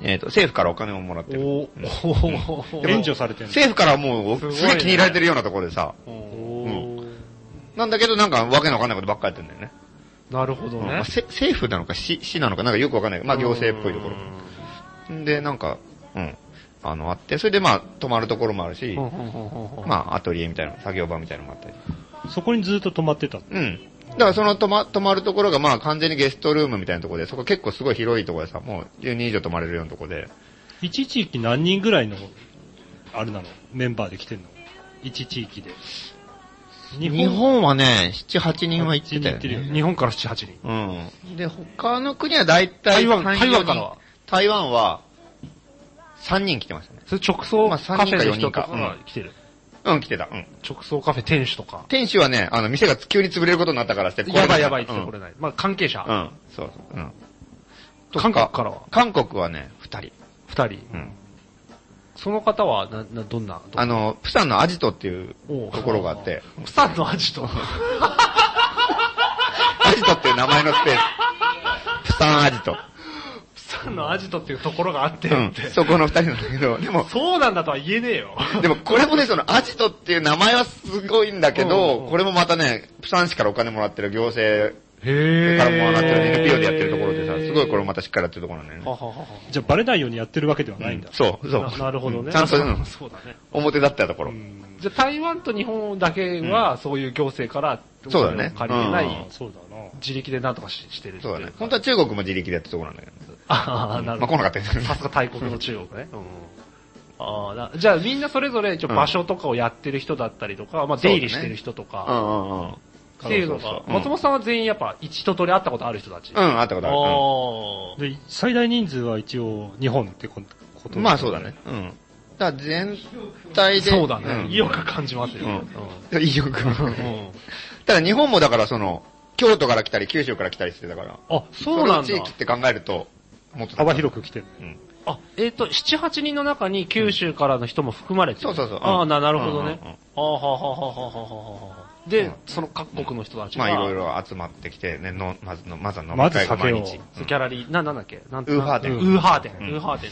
えっ、と、政府からお金をもらってる。おーおでも援助されてる政府からもう、すごいねすげえ気に入られてるようなところでさ、おーなんだけどなんかわけのわかんないことばっかやってんだよね。なるほどうんまねあ。せ政府なのか市、市なのかなんかよくわかんないけど、まあ行政っぽいところ。で、なんか、うん。あの、あって、それでまあ、泊まるところもあるし、ままあ、アトリエみたいな、作業場みたいなのもあったり。そこにずっと泊まってた。うん。だからその泊ま、泊まるところがまあ、完全にゲストルームみたいなところで、そこ結構すごい広いところでさ、もう10人以上泊まれるようなところで、一地域何人ぐらいの、あれなのメンバーで来てんの一地域で。日日本はね、7、8人は行ってた行よ、ってね。るよあね。日本から7、8人。うん。で、他の国は大体台湾、 3台湾から。 4は。人台湾は、3人来てましたね。それ直送まあカ三フ人ェかの四人人とかかが来てる。うん、来てた。うん。直送カフェ店主とか。店主はね、あの、店が急に潰れることになったからして、やばいやばいっうてんこれない。まあ関係者。うん、そうそう。うん。韓国からは韓国はね、二人。 2人。うん。その方は、な、な、どんな、あの、プサンのアジトっていうおうところがあって、プサンのアジト。アジトっていう名前のスペース。プサンアジト。プサンのアジトっていうところがあってうっんて。。そこの二人なんだけど、でも、そうなんだとは言えねえよ。でもこれもね、そのアジトっていう名前はすごいんだけうんうど、んこれもまたね、プサン市からお金もらってる行政へからもらってる NPO でやってるところでさ、すごいこれまたしっかりやってるところなんだよはね。はははじゃあバレないようにやってるわけではないんだ。そう、そう。ななるほどうね。ちゃんと、うんあそうだね。表だったところ。じゃあ台湾と日本だけは、そういう行政から、そうだね借りれなういん、そうだな。自力でなんとかししてるっていそうだね。本本当当は中国も自力でやったところなんだけど。 ああ、なるまあほど。来なかったよねさすが大国の中国ね。うんああなじゃあみんなそれぞれ、ちょ場所とかをやってる人だったりとか、まあ出入りしてる人とうか、んうんうん。っていうのそうそうが、そううん松本さんは全員やっぱ一通り会ったことある人たち。うあん、あったことある。うんあ。で、最大人数は一応日本ってことことまあそうだね。。うん。だから全体で。そうだんね。意欲感じますよ。ううんん意欲うんただ日本もだからその、京都から来たり九州から来たりしてたから。あ、そうなんそだれを。地域って考えると、もっと。幅広く来てる。あ、えっ、と、7、8人の中に九州からの人も含まれてる。そうそうそう。ああ、な、なるほどうんうんうんね。ああ、はあはあはあはあはあはあ。で、うんその各国の人たちまが、あいろいろ集まってきて、ね、のまずの、まずは飲みまず会が毎酒を日。そうギャラリー、な、なんだっけなんウーハーデンウーハーデン。うんウーハーデン。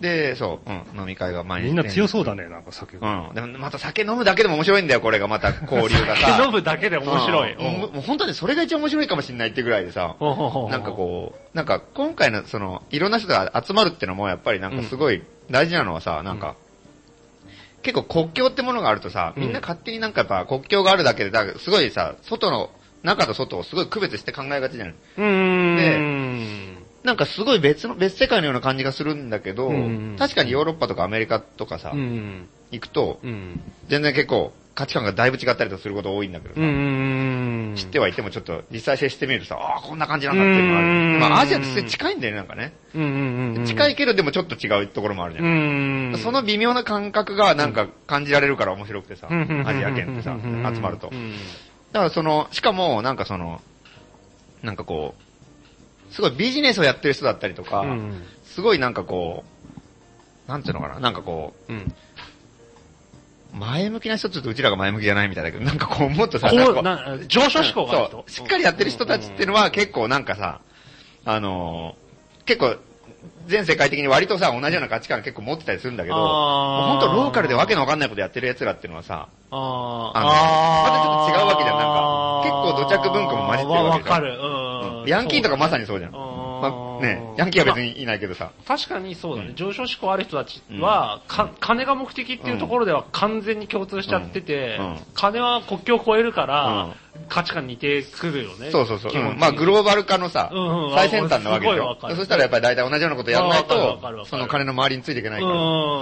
で、そう、うん、飲み会が毎日。みんな強そそうだね、なんか酒うが。ん。でもまた酒飲むだけでも面白いんだよ、これがまた交流がさ。酒飲むだけで面白い。うんもうもう本当にそれが一番面白いかもしれないってぐらいでさ、ななんかこう、なんか今回のその、いろんな人が集まるってのもやっぱりなんかすごい大事なのはさ、なんか、結構国境ってものがあるとさ、みんな勝手になんかやっぱ国境があるだけで、だからすごいさ、外の、中と外をすごい区別して考えがちじゃない。う。うーん。なんかすごい別の、別世界のような感じがするんだけど、うん確かにヨーロッパとかアメリカとかさ、うん。行くと、うん。全然結構価値観がだいぶ違ったりとすること多いんだけどさ、うん。知ってはいてもちょっと実際接してみるとさ、ああ、こんな感じなんだっていうのがあうる。んまあアジアってそれ近いんだよね、なんかね。うんうんうん。近い。いけどでもちょっと違うところもあるじゃ。うんん。その微妙な感覚がなんか感じられるから面白くてさ、うんうんうんアジア圏ってさ、うん集まるとう。んだからその、しかもなんかその、なんかこう、すごいビジネスをやってる人だったりとか、うん。すごいなんかこう、なんていうのかな、なんかこうん。う、前向きな人って言うとうちらが前向きじゃないみたいだけど、なんかこう、もっとさ、なんこかこ う、うな、上昇志向がある人そ。うしっかりやってる人たちっていうのは結構なんかさ、あのー結構、全世界的に割とさ、同じような価値観結構持ってたりするんだけど、あー本当ローカルでわけのわかんないことやってる奴らっていうのはさ、ああのまたちょっと違うわけじゃんなんか結構土着文化も混じってるわけじゃわわかんる。うん。ヤンキーとかまに。さにそうじゃん。まあーね、ヤンキーは別にいないけどさ、確かにそうだね。上昇志向ある人たちは、か、金が目的っていうところでは完全に共通しちゃっててうんうん、金は国境を越えるから、価値観似てくるよね。そうそうそう、基本的うんにまあグローバル化のさ、うんうん最先端なわけでごすいわよか。るそしたらやっぱり大体同じようなことやらないあーわかるわかるとわ、かそるの金の周りについていけないから。う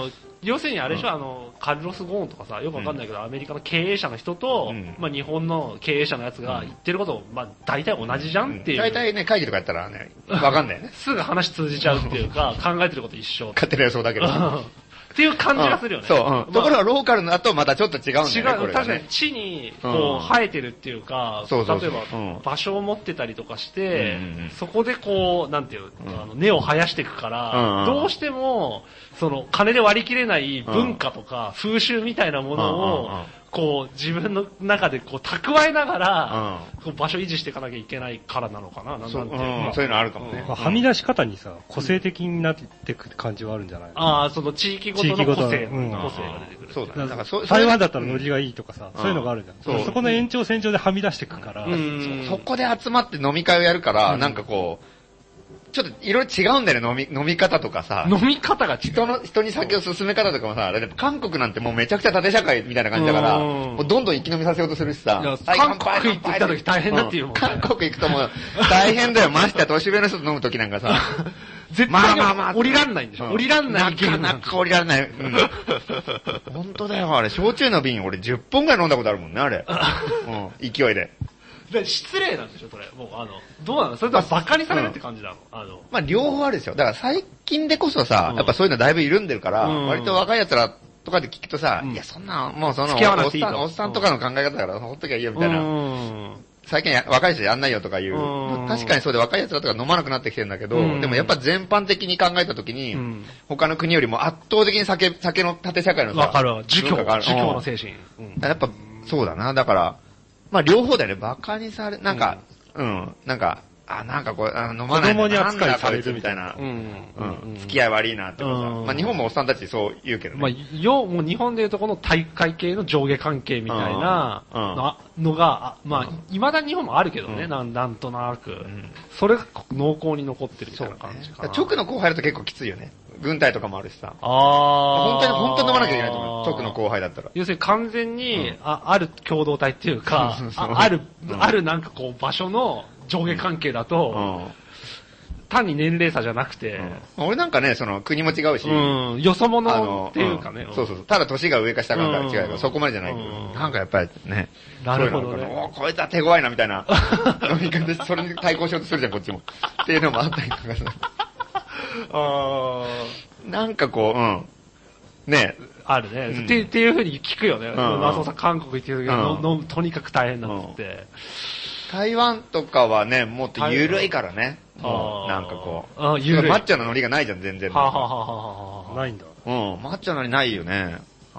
ん。要するにあれでしょ、あの、カルロス・ゴーンとかさ、よくわかんないけど、アメリカの経営者の人と、うんまあ日本の経営者のやつが言ってること、まあ大体同じじゃんっていう。。大体ね、会議とかやったらね、わかんないよねすぐ話通じちゃうっていう か、考えてること一緒。 勝手な予想だけうど。んっていう感じがするよね。そう、うんまあところがローカルの後またちょっと違うんだよね。違う、こ確れがかにね。地にうんこう生えてるっていうか、そうそうそう例えば、うん場所を持ってたりとかして、うんうんうんそこでこう、なんていう、あの根を生やしていくから、うんうんどうしても、その金で割り切れない文化とか、風習みたいなものを、うんうんうんこう自分の中でこう蓄えながら、こう場所維持していかなきゃいけないからなのかな、なんそなうんていうのうんそういうのあるかもねまあはみ出し方にさ、個性的になってく感じはあるんじゃないああ、その地域ごとの地域ごと個性、うん個性が出てくる。そうだね。だからそ、台湾だったらそれノリがいいとかさ、そういうのがあるじゃん。そうそこの延長線上ではみ出してくから、うんそこで集まって飲み会をやるから、なんかこう、ちょっといろいろ違うんだよね、飲み、飲み方とかさ。飲み方が違う。人の、人に酒を進め方とかもさ、だって韓国なんてもうめちゃくちゃ縦社会みたいな感じだから、うんもうどんどん生き飲みさせようとするしさいや、はい韓乾国杯行ってきた時大変だっていうもんね韓国行くともう大変だよ、ましてや年上の人と飲む時なんかさ。絶まあ対にまあまあ。降りらんないんでしょ、う降りらんないなかなか降りらんない。うん本当だよ、あれ。焼酎の瓶、俺10本ぐらい飲んだことあるもんね、あれ。うん、勢いで。で失礼なんでしょ、それ。もう、あの、どうなのそれとは馬鹿にされるって感じなの、あの、まあ、両方あるですよ。だから最近でこそさ、うんやっぱそういうのだいぶ緩んでるから、うん割と若い奴らとかで聞くとさ、うんいや、そんな、もうその、付き合わなおくっていいさん、とおっさんとかの考え方だから、ほっときゃいいよ、みたいな。ん。最近や若い人やんないよとかいう、うんまあ確かにそうで若い奴らとか飲まなくなってきてるんだけど、うんでもやっぱ全般的に考えたときに、うん他の国よりも圧倒的に酒、酒の縦社会のさ、わかるわ。儒教、文化がある儒教の精神。うんやっぱ、そうだな。だから、まあ両方だよね。馬鹿にされ、なんか、うん、なんか、あ、なんかこれ、あ飲まない子供になんだ扱いされるこつみたいな。うん。うん。付き合い悪いなってことさうんまあ日本もおっさんたちそう言うけどね。まあ、よ、もう日本でいうとこの体育会系の上下関係みたいなうんうんのあのが、あまあ、未だに日本もあるけどね、なんなんとなく。それが濃厚に残ってるみたいな感じかな。直の後輩だと結構きついよね。軍隊とかもあるしさ。あ本ー当に、本当に飲まなきゃいけないと思う。直の後輩だったら。要するに完全に、あある共同体っていうか、あある、あるなんかこう場所の上下関係だと、単に年齢差じゃなくて、うん俺なんかね、その国も違うし、うん、よそあ者の、っていうかね。んそうそうそう。ただ年が上か下かが違うけうど、んそこまでじゃないけどうんなんかやっぱりね。なるほどねそういうのがあるからおーこいつは手強いなみたいな。飲み方でそれに対抗しようとするじゃん、こっちも。っていうのもあったりとかさ。あなんかこう、うん。ねーあるね、うんって。っていうふうに聞くよね。んマスオさん韓国行ってる時は、うんののとにかく大変なんつって。台湾とかはね、もっと緩いからね。もあーうなんかこう。あー緩いマッチョのノリがないじゃん、全然。はあ、はあはあはあはあないんだ。うん、マッチョのノリないよね。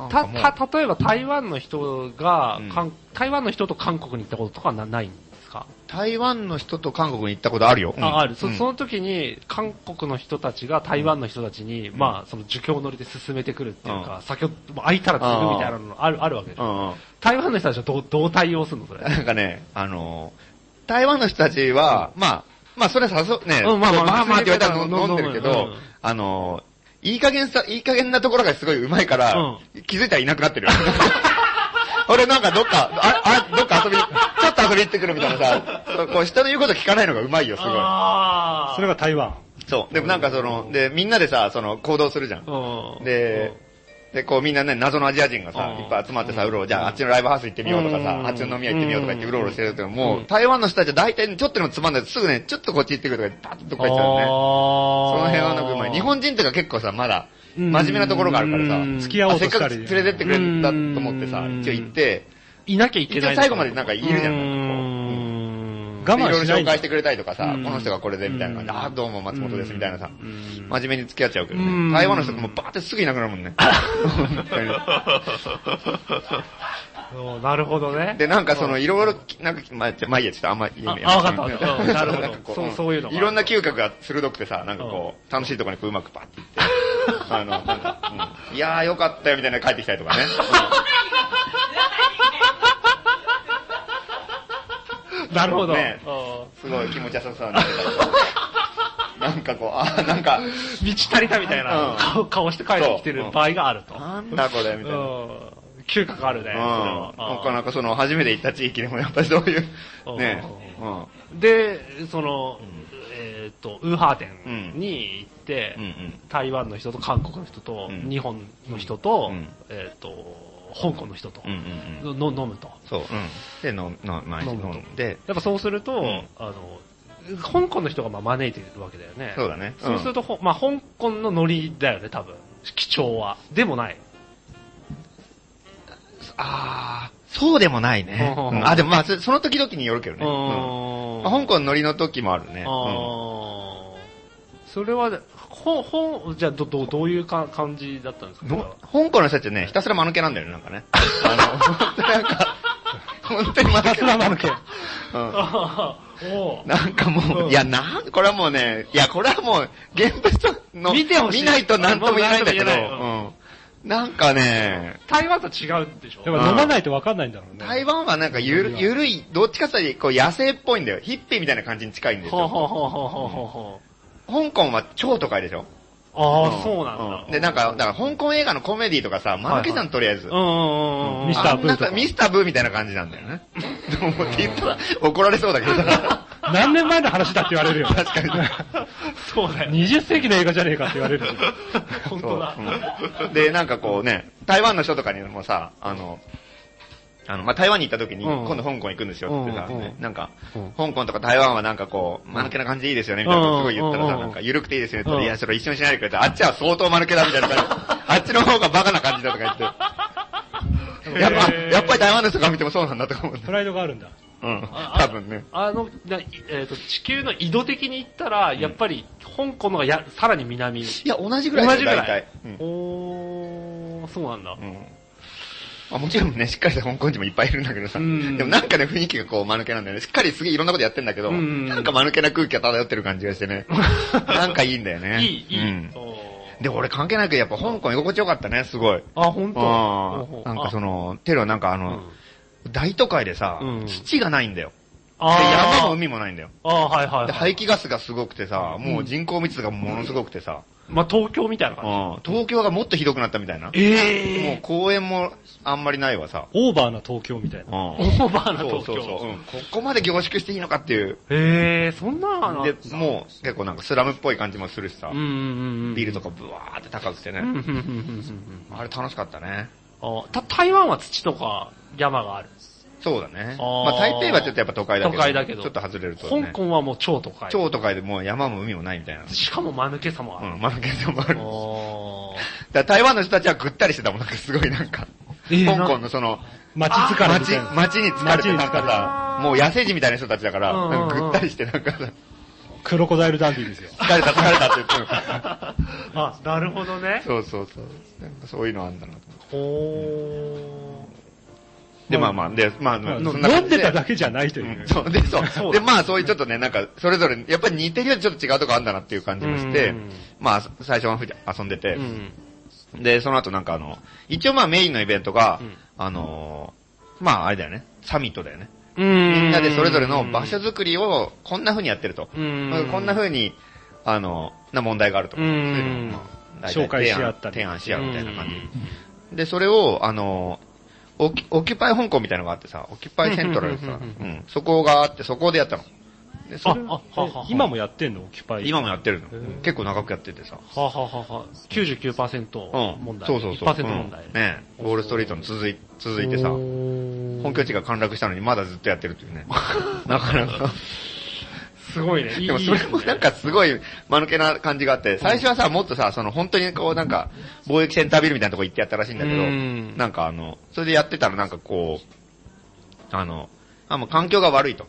た、た、例えば台湾の人が、韓台湾の人と韓国に行ったこととかはなないんですか台湾の人と韓国に行ったことあるよ。あ、ある。そ、うんその時に、韓国の人たちが台湾の人たちに、まあ、その儒教乗りで進めてくるっていうか、先ほど、もう開いたら継ぐみたいなのある、あるわけでしうょ。んうん。台湾の人たちはどう、どう対応するのそ れ。なんかね、あのー、台湾の人たちは、まあ、まあ、それは誘う、ね、うんままあまあまああ、まあって言われたら飲飲んでるけ飲むど、うんあのー、いい加減さ、いい加減なところがすごいうまいから、気づいたらいなくなってるよ。 俺なんかどっか、あ、あ、どっか遊び、ちょっと遊び行ってくるみたいなさ、そうこう人の言うこと聞かないのがうまいよ、すごい。あそれが台湾。そう。でもなんかその、で、みんなでさ、その、行動するじゃん。うん。で、で、こうみんなね、謎のアジア人がさ、うんいっぱい集まってさ、うろうろ、じゃああっちのライブハウス行ってみようとかうさん、あっちの飲み屋行ってみようとか言ってうろうろしてるけど、もうんう台湾の人たちは大体ねちょっとでもつまんないとすぐね、ちょっとこっち行ってくるとか、パッとどっか行っちゃうよね。その辺はなんかうまい。日本人とか結構さ、まうだ、ん真面目なところがあるからさ、うん付き合おうせとっしたかくり。連れてってくれたと思ってさ、うん一応行って、いなきゃいけ一な応い。最後までなんかいるじゃん。うなんかこうん。我慢いろしいなろ紹いんだ介してくれたりとかさう、んこの人がこれでみたいな感じで、うんあー、どうも松本ですみたいなさ、うん真面目に付き合っちゃうけどうんね。台湾の人もうバーってすぐいなくなる もんね。本当にそうなるほどね。で、なんかその、いろいろ、なんか、まあ、じゃあまあいいや、ちょっとあんま言えねえやああわかったわかったうんなるほどなんかこそうそういうのがいろんな嗅覚が鋭くてさ、なんかこう、楽しいところにこううまくパッていって、あの、なんか、うんいやーよかったよみたいなの帰ってきたりとかね。なるほど。ねうんすごい気持ちよさそうになってたりとか。なんかこう、あーなんか、満ち足りたみたいなうん顔顔して帰ってきてそるう場合があると。なんだこれみたいな。うん嗅覚あるね。それはうん。なかなかその、初めて行った地域でもやっぱりそういううん、ね、うん。うんで、その、えーっと、ウーハー店に行ってうんう、ん。台湾の人と韓国の人とう、ん日本の人とうん、えーっと、香港の人とうん、うんうん。の飲むと。そう。うん。で、飲飲毎日飲む飲とんで、やっぱそうすると、んあの、香港の人がまあ招いてるわけだよね。そうだね。そうすると、ほまあ、香港のノリだよね、多分。貴重は。でもない。ああ、そうでもないね。うんうんあ、でもまあ、そその時々によるけどね。ううんんまあ香港乗りの時もあるね。うあんーそれは、ほ、ほ、じゃあ、ど、ど、どういうか感じだったんですかそれはの香港の人たちね、ひたすら間抜けなんだよね、なんか ね。あの、なんか、 本当に間抜け。間抜け。うん。あー おうなんかもうんう、いや、なん、これはもうね、いや、これはもう、現物の、見てほしい見ないと何とも言えないんだけど、もう何とも言うん。なんかね、台湾とは違うんでしょやっぱ飲まないと分かんないんだろうね。台湾はなんかゆる、ゆるい、どっちかというと、こう、野生っぽいんだよ。ヒッピーみたいな感じに近いんですほうよ。ほうほうほうほうほうほ香港は超都会でしょう。ああ、そうなんだ。で、なんか、だから香港映画のコメディとかさ、マーケじゃん、とりあえず。うんうんうんうん。ミスターブーあなんとかかミスターブーみたいな感じなんだよ ね。でもって言ったら怒られそうだけどさ。何年前の話だって言われるよ。確かに。そうだよ。 20世紀の映画じゃねえかって言われるよ。本当だ。そううんで、なんかこうね、台湾の人とかにもさ、あの、あの、まあ、台湾に行った時に、うん今度香港行くんですよってさ、うんうんねなんかうん、香港とか台湾はなんかこう、間抜けな感じでいいですよね、みたいなことすごい言ったらうさ、んなんか、緩くていいですよねってう言ったんら、いや、それ一緒にしないでくれって、あっちは相当間抜けだみたいな感じ。あっちの方がバカな感じだとか言って。やっぱ、やっぱり台湾の人が見てもそうなんだとか思うね。プライドがあるんだ。うんあ、あ多分ね。あの、なえっ、と、地球の緯度的に言ったら、やっぱり、香港の方がや、さらに南。いや、同じぐ同らいだよじぐら大体い。うんおー、そうなんだ。うんまあ、もちろんね、しっかりした香港人もいっぱいいるんだけどさ、うんでもなんかね、雰囲気がこう、間抜けなんだよね。しっかりすげえいろんなことやってんだけど、うんなんか間抜けな空気が漂ってる感じがし てね。なんかいいんだよね。いい、いい。うんおーで、俺関係ないけど、やっぱ香港居心地よかったね、すごい。あ、本当うんなんかその、テロなんかあうのん、大都会でさうん、土がないんだよ。であー山も海もないんだよ。あーはいはい、はい。で、排気ガスがすごくてさ、もう人口密度がものすごくてさ、まあ、東京みたいなう感ん東京がもっとひどくなったみたいな。じ。えもう公園もあんまりないわさ。オーバーな東京みたいな。うんオーバーなそう東そうそう。京。うんここまで凝縮していいのかっていう。えー、そんなのあでった、もう結構なんかスラムっぽい感じもするしさうん、うんうん。ビルとかブワーって高くてうん。うんうんね。うんうんあれ楽しかったね。うんあた台湾は土とか山がある。そうだね。あーまあ台北はちょっとやっぱ都会だけど。都会だけどちょっと外れると香ね。港はもう超都会。超都会でもう山も海もないみたいな。しかも間抜けさもある。うん、マーケットもある。だかおーら台湾の人たちはぐったりしてたもん、なんかすごいなんか。え香港のその、街疲れみ街たいな、街に疲れてなんか街にさ、もう野生児みたいな人たちだから、うんうんうんなんかぐったりしてなんかさ、クロコダイルダンディーですよ。 疲れた疲れたって言ってる。あ、なるほどね。そうそうそう。なんかそういうのあんだなと思ってほで、まあまあ、で、まあ、まあそな飲感んじでただけじゃないという。そう、で、そう。で、まあ、そういうちょっとね、なんか、それぞれ、やっぱり似てるよりちょっと違うとこあんだなっていう感じもしてうん、まあ、最初はふじ遊んでてー。う、ん。で、その後なんかあの、一応まあメインのイベントがうん、あのー、まあ、あれだよね、サミットだよね。みみんんなでそれぞれの場所づくりを、こんな風にやってると。うんこんな風に、あの、な問題があると。うそういんうのをまあ大体紹介し合ったり提案提案し合うみたいな感じ。で、それを、あの、オキオキュパイ香港みたいなのがあってさ、オキュパイセントラルでさ、ううんそこがあって、そこでやったの。でそあれ、あ、はは今もやってんのオキュパイ。今もやってるのー。結構長くやっててさ。はあ、はあはあはあ、99%うん。問題。そうそうそう。 1%問題う。んねウォールストリートに続い続いてさ、本拠地が陥落したのにまだずっとやってるっていうね。なかなか。すごいね。いいでもそれもなんかすごい間抜けな感じがあって、最初はさ、もっとさ、その本当にこうなんか、貿易センタービルみたいなとこ行ってやったらしいんだけうどん、なんかあの、それでやってたらなんかこう、あの、あ、もう環境が悪いと。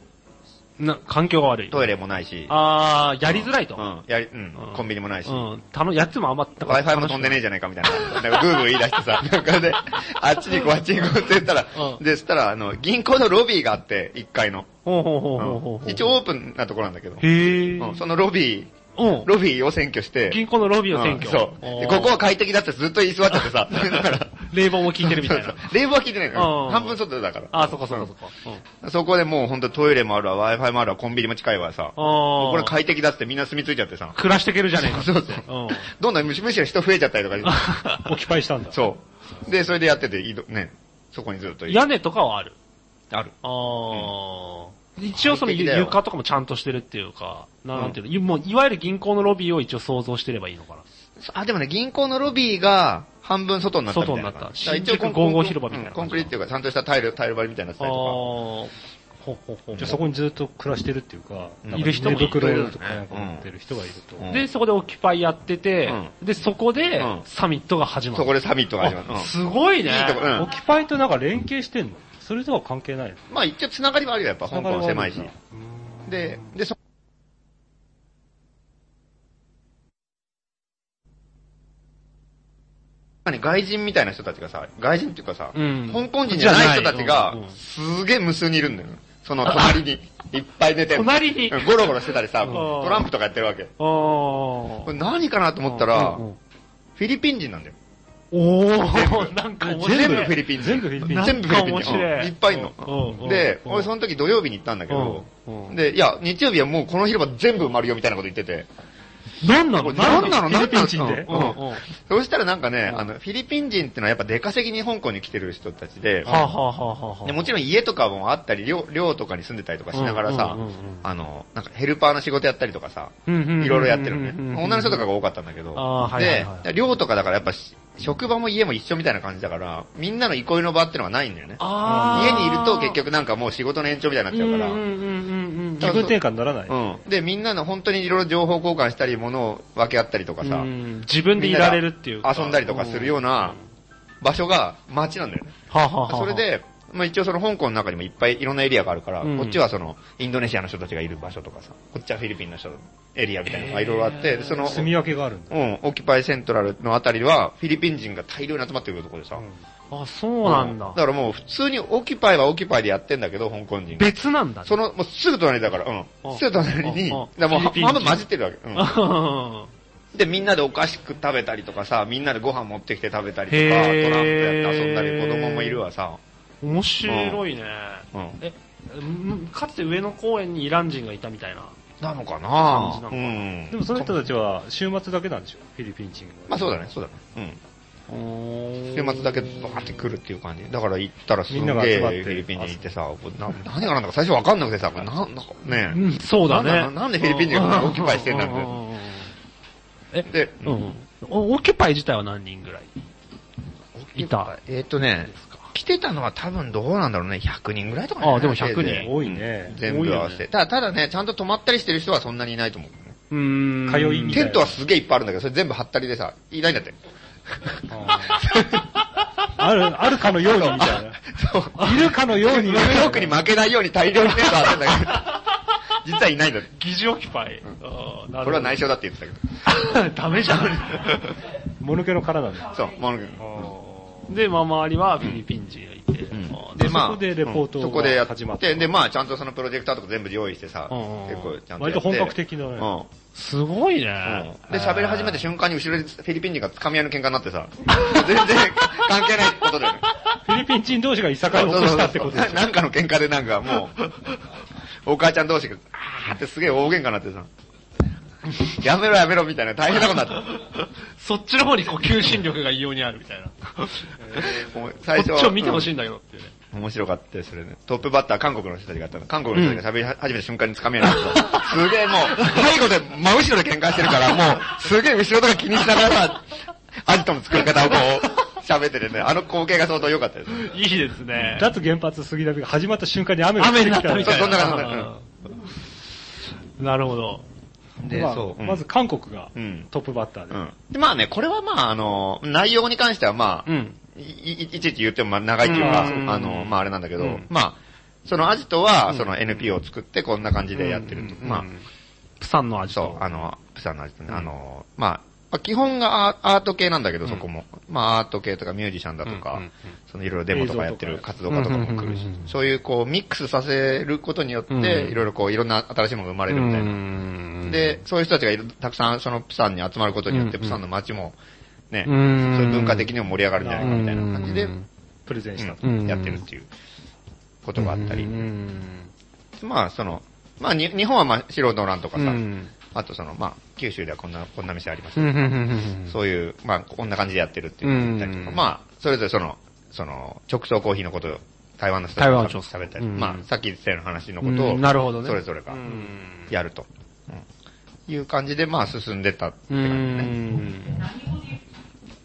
な環境が悪い。トイレもないし、あー、やりづらいと。うん、やり、うんうん、コンビニもないしう、ん。たの、やつもあんま、 Wi-Fi も飛んでねえじゃねえかみたいな。なんかグーグー言い出してさ、なん かで、あっちに行こう、あっちに行こうって言ったらう、んで、そしたら、あの、銀行のロビーがあって、1階の。ほうほうほううほんうほうほう。一応オープンなところなんだけど、へえ。うんそのロビー、うん。ロビーを占拠して、銀行のロビーを選挙。そう。でここは快適だってずっと言い座 っててさ、だから。冷房も効いてるみたいそうなそ。う冷房は聞いてないのうよ。ん半分外だから。あー、そっかそっかそっか。うんそこでもうほんとトイレもあるわ、Wi-Fi もあるわ、コンビニも近いわさ。あこれー。快適だってみんな住み着いちゃってさ。暮らしてけるじゃねえか。そうそう。うん。どんどんむしむしろ人増えちゃったりとかして。オキュパイしたんだ。そう。で、それでやってて、移動ね。そこにずっといる屋根とかはある。ある。あー。一応その快適だよ床とかもちゃんとしてるっていうか、ななんていうの、もういわゆる銀行のロビーを一応想像してればいいのかな。あ、でもね、銀行のロビーが半分外になったみたいな感じ。外になっただから一応新宿55広場みたいな感じコンクリっていうか、ちゃんとしたタイル、タイル張りみたいなやつあだったりとか。ー。ほうほうほうじゃあそこにずっと暮らしてるっていうか、んなんかいる人も寝いるよ袋ねとかなんか持ってる人がいると。うんで、そこでオキュパイやってて、で、そこでうんサミットが始まる。そこでサミットが始まる。うんすごいね。いいとこうんオキュパイとなんか連携してんのそれとは関係ないのまあ一応つながりはあるよ、やっぱ。香港狭いし。で、で、そ、何外人みたいな人たちがさ、外人っていうかさ、うん香港人じゃない人たちじゃないがうんうん、すげえ無数にいるんだよ。その隣に、いっぱい寝てる 隣にうんゴロゴロしてたりさ、トランプとかやってるわけ。あーこれ何かなと思ったらうんうん、フィリピン人なんだよ。おー、なんか面白い。全部フィリピン人。全部フィリピン人全部フィリピンなんか面人。白いうんいっぱいいんうんうんの。で、うん俺その時土曜日に行ったんだけどうんう、んで、いや、日曜日はもうこの広場全部埋まるよみたいなこと言ってて。なんなのなんなのなフィんなのリピン人でうんうんはそうしたらなんかね、あの、フィリピン人ってのはやっぱ出稼ぎに香港に来てる人たちで、あはあはあはあはでもちろん家とかもあったり、寮寮とかに住んでたりとかしながらさうんうんうんうん、あの、なんかヘルパーの仕事やったりとかさ、うんうんうんうんうんいろいろやってるのね。うんうんうん女の人とかが多かったんだけどあー、はいはいではい、寮とかだからやっぱし職場も家も一緒みたいな感じだから、みんなの憩いの場ってのがないんだよね。あ家にいると結局なんかもう仕事の延長みたいになっちゃうから、うんうんうんうんうん。気分転換にならない。うんで、みんなの本当にいろいろ情報交換したり、物を分け合ったりとかさう、ん自分でいられるっていうか。遊んだりとかするような場所が街なんだよね。はあはあはあそれ、で、まあ一応その香港の中にもいっぱいいろんなエリアがあるから、うんこっちはそのインドネシアの人たちがいる場所とかさ、こっちはフィリピンの人のエリアみたいなのがいろいろあって、でその、住み分けがあるんだ。うん、オキュパイセントラルのあたりはフィリピン人が大量に集まってくるところでさ、あ、そうなんだ。からもう普通にオキュパイはオキュパイでやってんだけど、香港人が。別なんだね。その、もうすぐ隣だから、うん。あすぐ隣に、だああからもうフィリはピン人半分混じってるわけ。うの、ん。で、みんなでお菓子食べたりとかさ、みんなでご飯持ってきて食べたりとか、へトランプーやって遊んだり、子供もいるわさ。 面白いね。うんえ、うんかつて上野公園にイラン人がいたみたいな。なのか感なじなのかう。なんでもその人たちは週末だけなんでしょフィリピン人が。まあそうだね、そうだね。うん。週末だけバーって来るっていう感じ。だから行ったらすんげえみんなフが集まってィリピンに行ってさ、これな何がなんだか最初わかんなくてさ、これな、なんかね、うん、そうだね。なんななんでフィリピン人がオキュパイしてんだろうねうんうんうんうんで、うんうん。おオキュパイ自体は何人ぐらいいた。えーっとねすか、来てたのは多分どうなんだろうね、100人ぐらいとかね。あでも100人せいぜい多いね。全部合わせて。ただ、ただね、ちゃんと泊まったりしてる人はそんなにいないと思う。うーん。通いみたテいなントはすげえいっぱいあるんだけど、それ全部張ったりでさ、いないんだって。ある、あるかのようにみたいな。 そう。いるかのようニにューヨークに負けないように大量にテント張ってんだけど。 実はいないんだって。疑似オキュパイ。あーなるほどこれは内緒だって言ってたけど。 ダメじゃん。もぬけの殻なん だ。そう、モノ君。で、まあ、周りはフィリピン人がいて。あーで、で、まあ、そこでレポートうんがそこでやっ始まってて、で、まあ、ちゃんとそのプロジェクターとか全部用意してさ、うん結構ちゃんとやって。割と本格的なうん。ね。すごいね。で、喋り始めた瞬間に後ろでフィリピン人が掴み合いの喧嘩になってさ、全然関係ないことだよね。フィリピン人同士がいさかいを起こしたってことでなしょ。なんかの喧嘩でなんかもう、お母ちゃん同士が、あーってすげえ大喧嘩になってさ、やめろやめろみたいな大変なことになって。そっちの方にこう求心力が異様にあるみたいな。もう最初こっちを見てほしいんだけどっていうね。面白かったよそれね。トップバッター韓国の人たちがあったの。韓国の人たちが喋り始めた瞬間に掴み合いになった。すげえもう、背後で真後ろで喧嘩してるから、もう、すげえ後ろとか気にしながらさ、アジトの作り方をこう、喋っててね、あの光景が相当良かったですね。いいですね。脱原発杉並が始まった瞬間に雨が降っ雨にてきなったたみたいな。そうそんな感じだったうんなるほど。でまあそううんまず韓国がうんトップバッターで。うん。で、まあね、これはまああの、内容に関してはまあ、うん。いいいちいち言ってもまあ長いっていうか、うんあの、まああれなんだけど、うんまあ、そのアジトは、その NPO を作ってこんな感じでやってると。うんまあ、、プサンの味そとう、。あの、プサンのアジトね、あの、まあ、まあ基本がアアート系なんだけど、そこも。まあ、アート系とかミュージシャンだとか、うんうんうんそのいろいろデモとかやって映像ると活動家とかも来るし、うんうんうんうんそういうこう、ミックスさせることによって、うんうんいろいろこう、いろんな新しいものが生まれるみたいな。なで、、そういう人たちがいるたくさんそのプサンに集まることによって、うんうんプサンの街も、ね、うそういんう文化的にも盛り上がるんじゃないかみたいな感じで、うんプレゼンしたと。うんやってるっていうことがあったり、うんまあその、まあに日本はまあ素人の欄とかさ、うんあとそのまあ九州ではこんな、こんな店ありますう、んうんうんそういう、まあこんな感じでやってるっていうのを言ったりとか、うんまあそれぞれその、その直送コーヒーのことを台湾の人台湾のし人喋ったり、うんまあさっき言ってたような話のうこんとを、なるほどね。それぞれがうんやると。うんいう感じで、まあ、進んでったってう感じね。ん。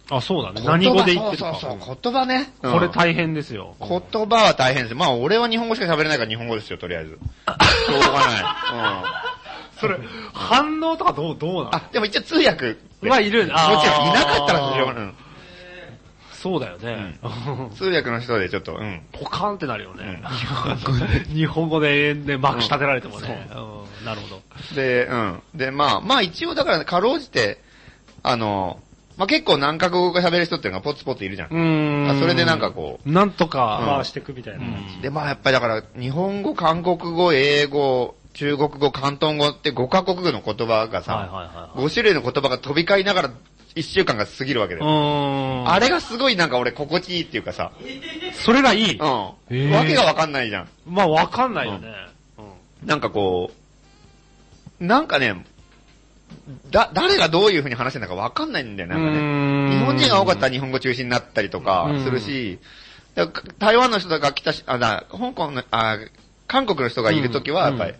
あ、そうだね。何語で言ってたか。そうそうそう、言葉ね。うんこれ大変ですよ。言葉は大変です。まあ、俺は日本語しか喋れないから日本語ですよ、とりあ えず。しょうがない。うんそれ、反応とかどう、どうなのあ、でも一応通訳。まあいるもちろあーん、いなかったらしょうがない。うんそうだよね。通訳の人でちょっと、うん。ポカンってなるよね。日本語で永遠でまくし立てられてもね。うんなるほど。で、うん。で、まあ、まあ一応だから、かろうじて、あの、まあ結構何カ国語が喋る人っていうのがポツポツいるじゃん。うんあそれでなんかこう。なんとか、回していくみたいな。で、まあやっぱりだから、日本語、韓国語、英語、中国語、広東語って5カ国語の言は葉がいはいさ、はいはい。 5種類の言葉が飛び交いながら1週間が過ぎるわけだよ。うん。あれがすごいなんか俺心地いいっていうかさ、それがいい。うへん。ーわけがわかんないじゃん。まあわかんないよね。なんかこう、なんかね、だ、誰がどういう風に話してるのかわかんないんだよね、なんかね。日本人が多かったら日本語中心になったりとかうんするし、だから台湾の人が来たし、あ、だ、香港の、あ、韓国の人がいるときは、うやんっぱり、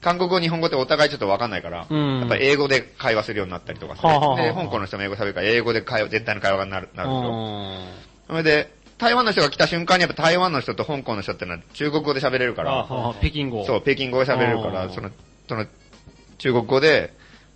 韓国語、日本語ってお互いちょっとわかんないから、うんやっぱり英語で会話するようになったりとかする。はあはあはあで、香港の人も英語喋るから、英語で会話、絶対の会話になる、なるでしょうんそれで、台湾の人が来た瞬間にやっぱ台湾の人と香港の人ってのは中国語で喋れるから、あ北京語。そう、北京語が喋れるから、うんその、その、中国語で、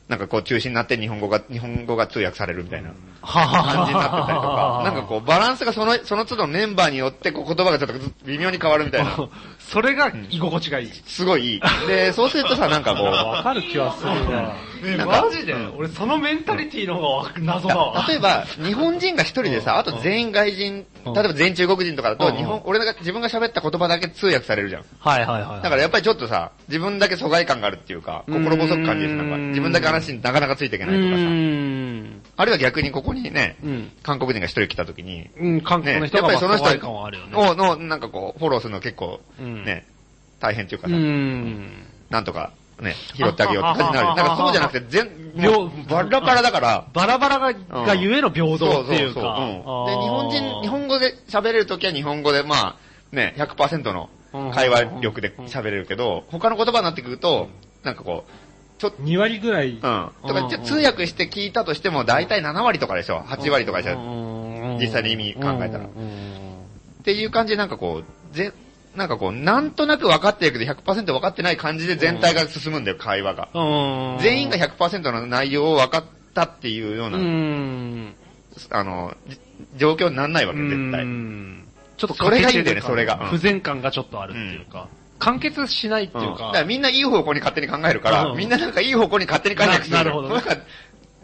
なんかこう中心になって日本語が、日本語が通訳されるみたいなははは感じになってたりとか、なんかこうバランスがその、その都度メンバーによってこう言葉がちょっとず微妙に変わるみたいな。 それが居心地がいい。すごいいい。で、そうするとさ、なんかこわかる気はするな。えなんかマジで、俺そのメンタリティの方がわ謎だわう、。例えば、日本人が一人でさ、あと全員外人、例えば全員中国人とかだうと、ん日本、俺が自分が喋った言葉だけ通訳されるじゃん。はいはいはい。だからやっぱりちょっとさ、自分だけ疎外感があるっていうか、心細く感じるし、なんか、うん自分だけ話になかなかついていけうないとかさ。ん。あるいは逆にここにね、うん韓国人が一人来た時に、うん、韓国ね、の人やがっぱりそのまあ怖い人感はあるよね。を、の、なんかこう、フォローするの結構、うんね、大変っていうかうさ、ん。なんとか、ね、拾ってあげようって感じになるああああよ。だからそうじゃなくて、全、も両うバラバラだから、バラバラが、がゆえの平等っていうか。そそそうんで、あー日本人、日本語で喋れる時は日本語で、まあ、ね、100%の会話力で喋れるけど、他の言葉になってくると、なんかこう、 2割ぐらい、うん。とうかん、じゃあ通訳して聞いたとしても、大体7割とかでしょ ?8 割とかでしょうん実際に意味考えたらうんっていう感じでなんかこう、ぜ、なんかこう、なんとなく分かってるけど100%分かってない感じで全体が進むんだよ、会話が。うん全員が100%の内容を分かったっていうよううな、ん。あの、じ状況にならないわけ、絶対。うんちょっとそれがいいんだ欠けてよねる感それがうん不全感がちょっとあるっていうか。完結しないっていうだかから、みんないい方向に勝手に考えるから、うんみんななんかいい方向に勝手に考えなくていいななる ほどねなんか、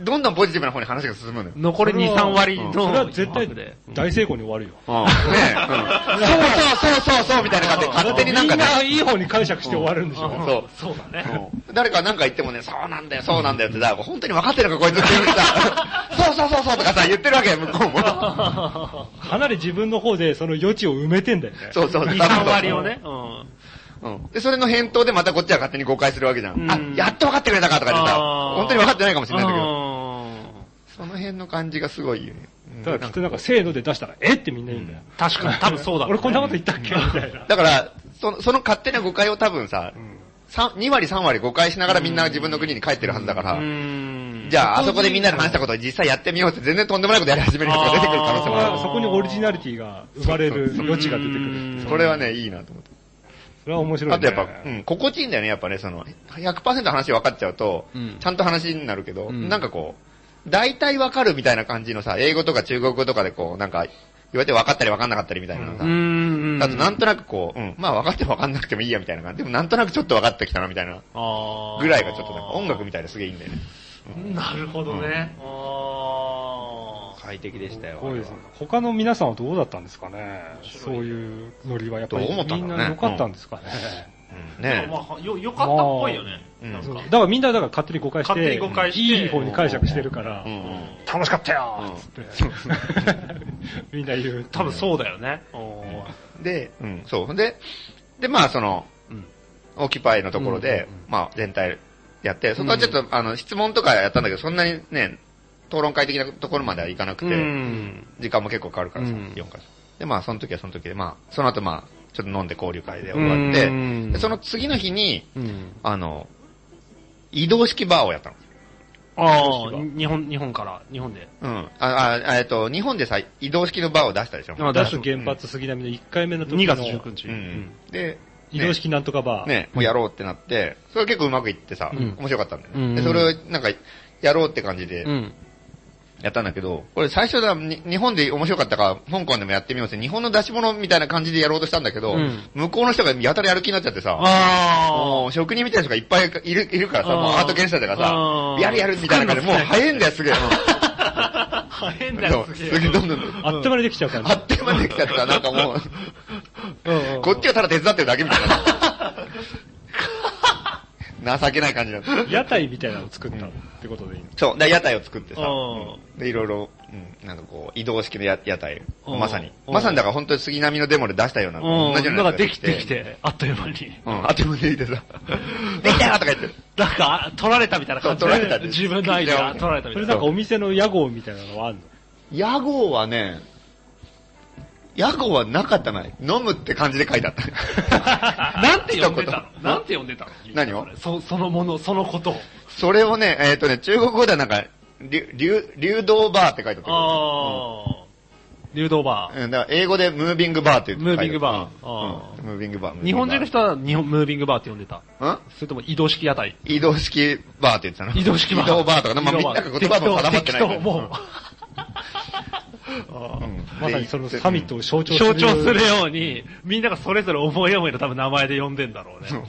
どんどんポジティブな方に話が進むのよ。残り2、3割の。それは絶対で。大成功に終わるよ。ねえ、うんそうそうそうそうそうみたいな感じで勝手になんかみんね、ないい方に解釈して終わるんでしょ。そそう。うだね。誰かなんか言ってもね、そうなんだよ、そうなんだよって、だから本当に分かってるのか、こいつって言うさ、そうそうそうそうとかさ、言ってるわけよ、向こうも。かなり自分の方でその余地を埋めてんだよね。そうそう、 2、3割をね。うん。うん。で、それの返答でまたこっちは勝手に誤解するわけじゃん。あ、やっと分かってくれたかとか言ってさ、あー本当に分かってないかもしれないんだけど、うんその辺の感じがすごいよね。うんただきっとなんか、せーので出したら、えってみんな言うんだよ。確かに、多分そうだろう俺ね。こんなこと言ったっけみたいな。だから、その、その勝手な誤解を多分さ、三2割3割誤解しながらみんな自分の国に帰ってるはずだから、うん。じゃああそこでみんなで話したことを実際やってみようって全然とんでもないことやり始める人が出てくる可能性もあそる。こにオリジナリティが生まれる余地が出てくうる。んそれはね、いいなと思って。それは面白い、ね。あとやっぱ、うん、心地いいんだよね、やっぱね、その、100%話分かっちゃうと、うんちゃんと話になるけど、んなんかこう、大体分かるみたいな感じのさ、英語とか中国語とかでこう、なんか、言われて分かったり分かんなかったりみたいなのさ、うん。あとなんとなくこう、うん、まあ分かっても分かんなくてもいいやみたいな感じ、でもなんとなくちょっと分かってきたなみたいなあーぐらいがちょっとなんか音楽みたいですげえいいんだよね。なるほどね。あ快適でしたよ。そうですね。他の皆さんはどうだったんですかねそういうノリはやっぱりどう思ったみんだろんうねな良かったんですかね。ねーまあ、よ、良かったっぽいよね。うんなんそうだか。からみんなだから勝手に誤解して、勝手に誤解していい方に解釈してるから、うんうん楽しかったよっつって、 みんな言う。多分そうだよね。うんで、うん、そう。で、で、まあ、その、うんオキパイのところで、まあ、全体やって、そこはちょっと、あの、質問とかやったんだけど、そんなにね、討論会的なところまではいかなくて、うん。時間も結構かかるからさ、うん4回。で、まあ、その時はその時で、まあ、その後まあ、ちょっと飲んで交流会で終わって、うんでその次の日に、うん。あの、移動式バーをやったの。ああ、日本、日本から、日本で。うん。あ、ああ、えっと、日本でさ、移動式のバーを出したでしょ。出す原発杉並の1回目の時2の月19日。うん。で、移動式なんとかバー。ね、もうやろうってなって、それが結構うまくいってさ、うん面白かったんだようんね。で、それをなんか、やろうって感じでうん。やったんだけど、これ最初だ、に日本で面白かったから、香港でもやってみようって、日本の出し物みたいな感じでやろうとしたんだけど、うん向こうの人がやたらやる気になっちゃってさ、あもう職人みたいな人がいっぱいいるいるからさ、あーもうアート検査とかあさ、ーやるやるみたいな感じで、もう早いんだよ、すげえ。 あ。早いんだそよ、うすげえ。すげえ、どんどん。あっという間にできちゃう感じあ。っという間にできちゃってさ、なんかもうんうう、んこっちがただ手伝ってるだけみたい な。情けない感じなの。屋台みたいなのを作ったってことでいいの、そう、で、屋台を作ってさ、うんで、いろいろ、うん、なんかこう、移動式のや屋台、うんまさに。うんまさにだから本当に杉並のデモで出したような、同じようななんかやつできてき。て、あっという間に。うん、あてもでい てさ、できたよとか言って。なんか、取られたみたいな感じでそう取られたんです自分のアイデア取られたみそたれいなな。んかお店の屋号みたいなのはあるの屋号はね、屋号はなかったな。飲むって感じで書いて あった。 なんて呼んでた一のなんて呼んでたの何をそ、そのもの、そのことを。それをね、えっ、とね、中国語ではなんか、流、流流動バーって書いてあったけど。ああ。流動バうん、だから英語でムービングバーって言ってムービングバーー。うんムービングバー。ムーー。ビングバー日本中の人は日本ムービングバーって呼んでた。うんそれとも移動式屋台。移動式バーって言ってたの移動式バー。移動バーとかね、まあみんなが言葉も定まってない適当適から。当もう。うんまさにそのサミットを象徴する。象徴するように、みんながそれぞれ思い思いの多分名前で呼んでんだろうね。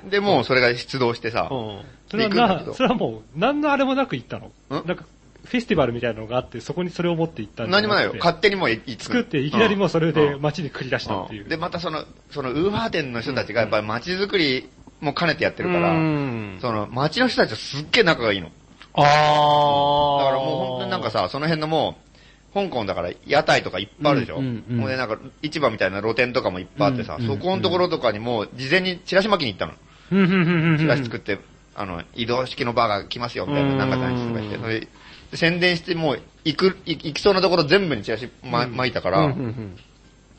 で、で、もうそれが出動してさ、うんそれは行くんだけな、どそれはもう、何のあれもなく行ったの。なんか、フェスティバルみたいなのがあって、そこにそれを持って行ったんじゃ何もないよ。くて勝手にもう行く作って、いきなりもうそれでん街に繰り出したっていうう。んで、またその、そのウーバー店の人たちがやっぱり街づくりも兼ねてやってるから、うんその街の人たちとすっげえ仲がいいの。ああ。だからもう本当になんか、さ、その辺のもう、香港だから屋台とかいっぱいあるでしょ、うんうんうんもうね、なんか市場みたいな露店とかもいっぱいあってさ、うんうんうんそこのところとかにもう事前にチラシ巻きに行ったの。うんうんうんうんチラシ作って、あの、移動式のバーが来ますよ、みたいな、なんか大事とか言って、うんそれで宣伝して、もう、行く、い行きそうなところ全部にチラシま巻いたから、うんうんうん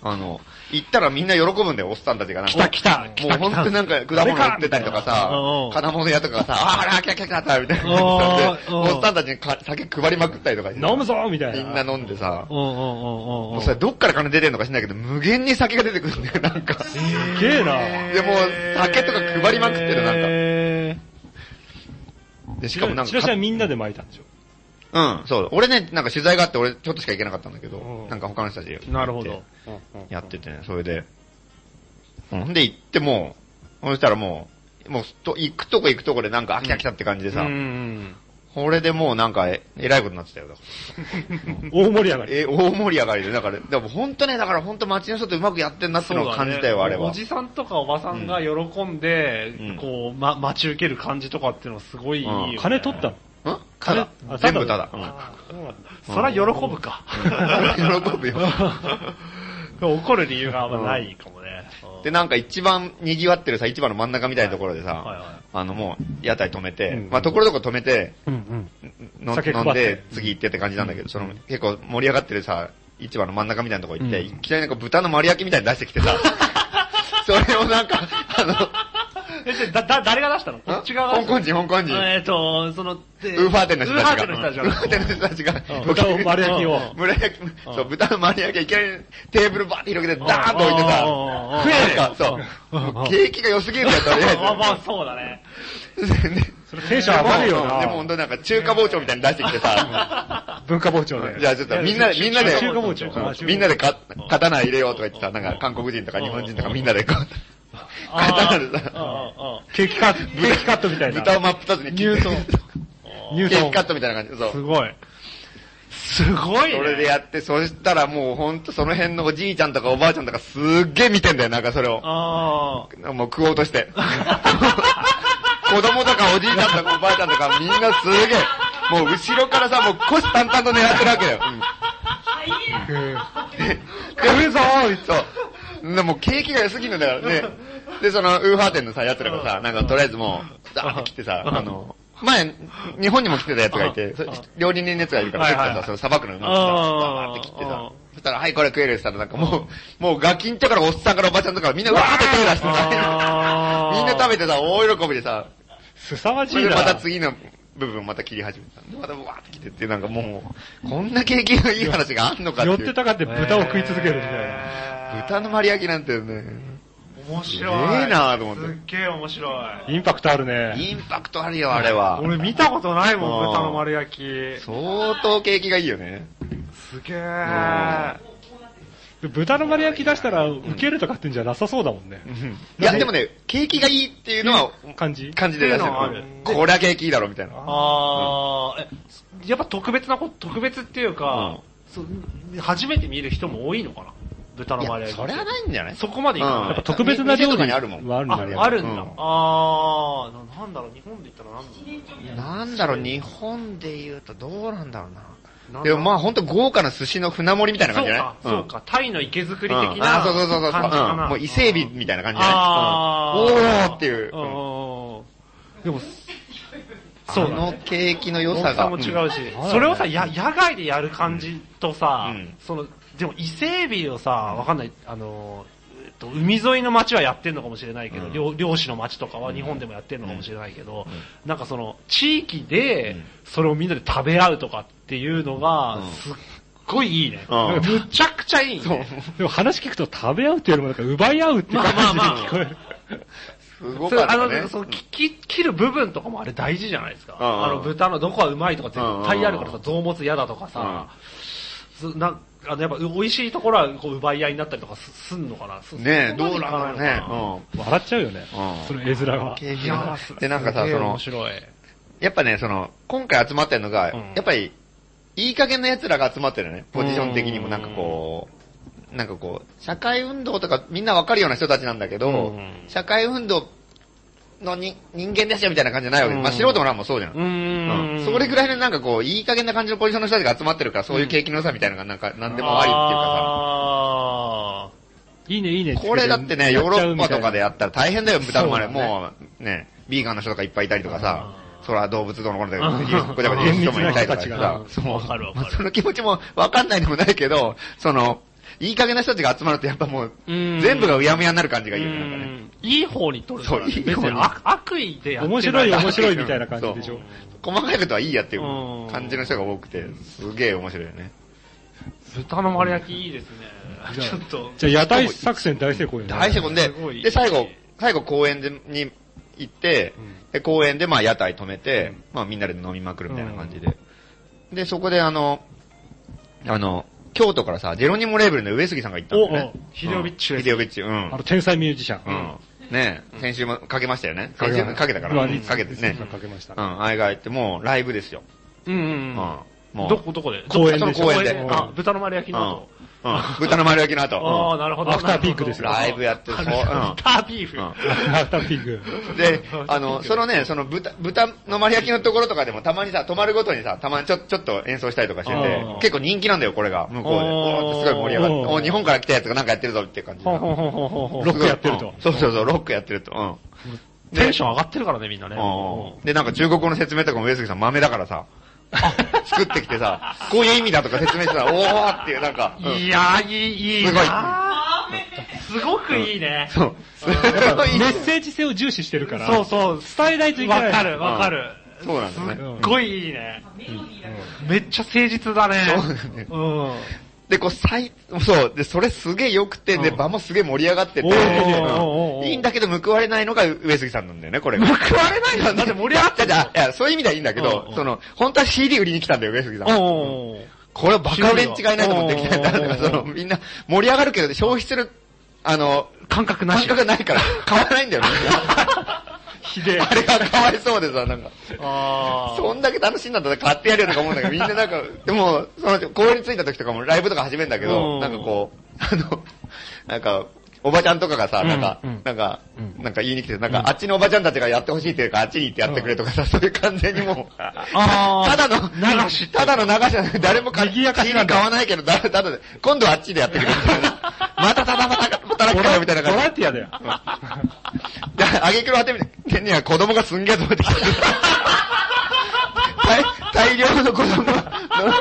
あの、行ったらみんな喜ぶんだよ、おっさんたちがなんか。来た来た来もうた来た本当になんか果物売ってたりとかあれかうんうさん、金物屋とかがさ、あーあら、来た来た来たみたいな感じで、あーうん おっさんたちにか酒配りまくったりとかしてさ飲むぞみたいみな。んな飲んでさ、うんうんうんうんうもんうそれどっから金出てんのか知んないけど、無限に酒が出てくるんだよ、なんか。すげえな。で、もう酒とか配りまくってる、なんえか。で、しかもなんチラかシ、はみんなで巻いたんでしょ。うん、そう。俺ね、なんか取材があって、俺ちょっとしか行けなかったんだけど、うんなんか他の人たちーなるほど。。やっててね、それで、うん。で、行っても、そしたらもう、もうと、行くとこ行くとこでなんか飽きた来たって感じでさ、うん。これでもうなんか、ええらいことになってたよ。だか大盛り上がらり。え、大盛り上がりで、だから、でも本当ね、だから本当街の人とうまくやってんなってのを感じたよ、あれおは。じさんとかおばさんが喜んで、うんこう、ま、待ち受ける感じとかっていうのはすごいいいよね、うん金取ったのんただあ、全部ただ。うんあそうなんだそりゃ喜ぶか。喜ぶよ。 怒る理由があんまないかもね。うん で、なんか一番賑わってるさ、市場の真ん中みたいなところではいさ、はあのもう、屋台止めてう、んまあところどころ止めて、うんうん。の酒配飲ってんで、次行ってって感じなんだけど、その、結構盛り上がってるさ、市場の真ん中みたいなとこ行って、うんいきなりなんか豚の丸焼きみたいに出してきて さ、それをなんか、あい。え、じゃあだ、だ、誰が出したのこの、っち側が香港人、香港人、えっと、その、ウウーファー店の人たちが、ウーファー店の人たちが。 ウーファー店の人たちが、豚を丸焼きを。村焼き、そう、豚の丸焼きがいきなりテーブルバーって広げて、ダーンと置いてさ、ああ食えねえか、そう。もう景気が良すぎるから、とりあえずあ、まあそうだね。。それテンション上が るでよもな本。当なんか中華包丁みたいに出してきてさ、文化包丁で。じゃあちょっとみんなで、みんなで、中華包丁か。みんなでか刀入れようとか言ってさ、なんか韓国人とか日本人とかみんなでこう、刀であさ、あ、ケーキ カット、ケーキカットみたいな。豚を真っ二つに切って、ニューケートキンカットみたいな感じで、そすう。ごい。すごいね。それでやって、そしたらもうほんとその辺のおじいちゃんとかおばあちゃんとかすっげえ見てんだよ、なんかそれを。あもう食おうとして。 子供とかおじいちゃんとかおばあちゃんとかみんなすげえ、もう後ろからさ、もう虎視眈々と狙ってるわけだよ。うん来るぞーいそう。でもう景気が良すぎるんだよね。で、その、ウーファー店のさ、奴らがさ、なんかとりあえずもう、ザーって来てさ、あの、前、日本にも来てた奴がいて、そ料理人の奴がいるから、は結いはい構さ、その砂漠の馬あーをさ、ザーって切ってあさー、そしたら、はい、これ食えるって言ったら、なんかもう、もうガキンとからおっさんからおばちゃんとかみんなうわーって手出してあさ、ーみんな食べてさ、大喜びでさ、すさまそじいれでな。また次の部分をまた切り始めたんで。またわーって来てって、なんかもう、こんな景気のいい話があんのかってい寄う。ってたかってあ。豚を食い続けるみたいな。な豚の丸焼きなんてね、面白い。すげえなと思ってすっげえ面白い。インパクトあるね。インパクトあるよ、あれは。俺見たことないも、うんん豚の丸焼き。す相当景気がいいよね。げえ。豚の丸焼き出したら、受けるとかってんじゃなさそうだもんね。いや、でもね、景気がいいっていうのは、感じ。感じで出してっていうのはあるる。こりゃ景気いいだろ、みたいな。あー、え、やっぱ特別なこと、特別っていうか、そう初めて見る人も多いのかな豚のい丸や、焼き。そりゃないんじゃないそこまでいかうなんいやっねぱ。特別な料店とか理にあるもんはあるんだね。あ、あるんだ。うんあー、ななんだろう、日本で言ったらなんだろなんだろう、日本で言うとどうなんだろうな。うなんだろう。でもまあほんと豪華な寿司の船盛りみたいなそ感うじじゃないか、そうか、タイの池作りうん的なあ、そうそうそうそう。感じかうな。んもう伊勢海老みたいな感じじゃあないうんおーっていう。うんうんでも、あそうだねの景気の良大さきさが。も違うんうし、それをさ、や、野外でやる感じとさ、うんその、でも伊勢海老をさ、わかんない、あの、えっと海沿いの町はやってんのかもしれないけど、うん漁漁師の町とかは日本でもやってんのかもしれないけど、なんかその、地域でうん、それをみんなで食べ合うとかっていうのがう、んすっごいいいね。うんむちゃくちゃいいね。でも話聞くと食べ合うっていうよりもなんか奪い合うっていう感じで聞こえる。すごそれかっあたの、ね。その、き、切る部分とかもあれ大事じゃないですか。うんうんあの、豚のどこはうまいとか絶対あるからうんうさ、臓物嫌だとかさ、そな、あの、やっぱ、美味しいところは、こう、奪い合いになったりとかすすんのかな。そねえ、そこまどでういなかんないうのだろかねな。うん。笑っちゃうよね。その絵面が。景気いやがーで、なんかさ、すげえそ面の、白い。やっぱね、その、今回集まってるのが、うんやっぱり、いい加減な奴らが集まってるよね。ポジション的にもなんかこう、なんかこう、社会運動とかみんなわかるような人たちなんだけど、うん社会運動のに人間ですよみたいな感じじゃないわけで、まあうん素人もなんもそうじゃん。うーん。それぐらいいのなんかこう、いい加減な感じのポジションの人たちが集まってるから、そういう景気の良さみたいなのがなんか、なんでもありっていうかあいいね、いいね。さ、これだってね、ヨーロッパとかでやっやったら大変だよ、豚のまれ。そうだねもう、ね、ビーガンの人とかいっぱいいたりとかさ、そら動物どうのこうので、うんごちゃごちゃ言う人もいたりとかしてさ、ちゃうみたいな人たちがそうわかるわかるまあその気持ちもわかんないでもないけど、その、いい加減な人たちが集まるとやっぱもう、ー。全部が、がうやむやになる感じうがいいよね、なんかね。んいい方に取るからね。そういい別方にに悪悪意でやって面白い、面白いみたいな感じでしょ。細かいことはいいやっていううん感じの人が多くて、すげえ面白いよね。豚の丸焼きいいですね。じゃあちょっと。じゃあ屋台作戦大成功よね。大してこんですごい、で、最後、最後公園でに行って、で、公園でまあ屋台止めて、まあみんなで飲みまくるみたいな感じで。で、そこであの、あの、京都からさ、ジェロニモレーベルの上杉さんが行ったんだよね。ヒデオビッチヒデオビッチ、うん。あの、天才ミュージシャうン。ん。ねえ先週もかけましたよね。先週もかけたから。うんかけてね。かけましたう。ん、あれが行って、もうライブですよ。うんううんん。うん。もう。どこ、どこで公園でどこしょ公園で公園であ、豚の丸焼きの後。うん。うん。豚の丸焼きのあ後。あ、なるほど。アフターピークですよライブやってそ うアフターピーク。うんアフターピーク。で、あの、そのね、その豚、豚の丸焼きのところとかでもたまにさ、泊まるごとにさ、たまにちょ、ちょっと演奏したりとかしててあー、結構人気なんだよ、これが。向こうで。あーおーってすごい盛り上がって。おーおー日本から来たやつがなんかやってるぞっていう感じ。ほんほんほんほんほんほんロックやってるとうんそうそうそう、ロックやってると。うん。テンション上がってるからね、みんなね。うんで、なんか中国語の説明とかも上杉さん豆だから さ、作ってきてさ、こういう意味だとか説明してたら、おーっていうなんか、うんいやー、いい、いいすごいなーすごくいいね。そう、すごいやっぱ メッセージ性を重視してるから。そうそう、伝えないといけない。わかるわかる。そうなんだね。すっごいいいね。めっちゃ誠実だね。そうだねうん。で、こう、最、そう、で、それすげえ良くて、で、場もすげえ盛り上がってて、おーおーおーおうーんいいんだけど報われないのが上杉さんなんだよね、これが。報われないんだだって盛り上がってんい や、いやそういう意味ではいいんだけうんどう、んその、本当は CD 売りに来たんだよ、上杉さん。おーこれはバカ売れに違いないと思ってきたんだ。おーだからその、みんな盛り上がるけど、消費する、あの、感覚な感し。覚がないから、買わないんだよ、みんな。 ひでえあれがかわいそうでさ、なんか、あーそんだけ楽しいんだったら買ってやれよとか思うんだけど、みんなな んか、でも、その、公園に着いた時とかもライブとか始めるんだけうんど、なんかこう、 あの、なんか、おばちゃんとかがさ、なんか、うんなんか、なんか言いに来て、なんか、あっちのおばちゃんたちがやってほしいっていうか、あっちに行ってやってくれとかさ、そういう完全にもう、 あーただの、流し。ただの流しじゃない、誰も買賑やかしなんだ買わないけど、だただで、今度はあっちで やってくれみたいな。またただまた働くからみたいなボ感ラじンティアだよ。で。 あげくる果てみてには子供がすんげえ集めてき た。大大量の子供が、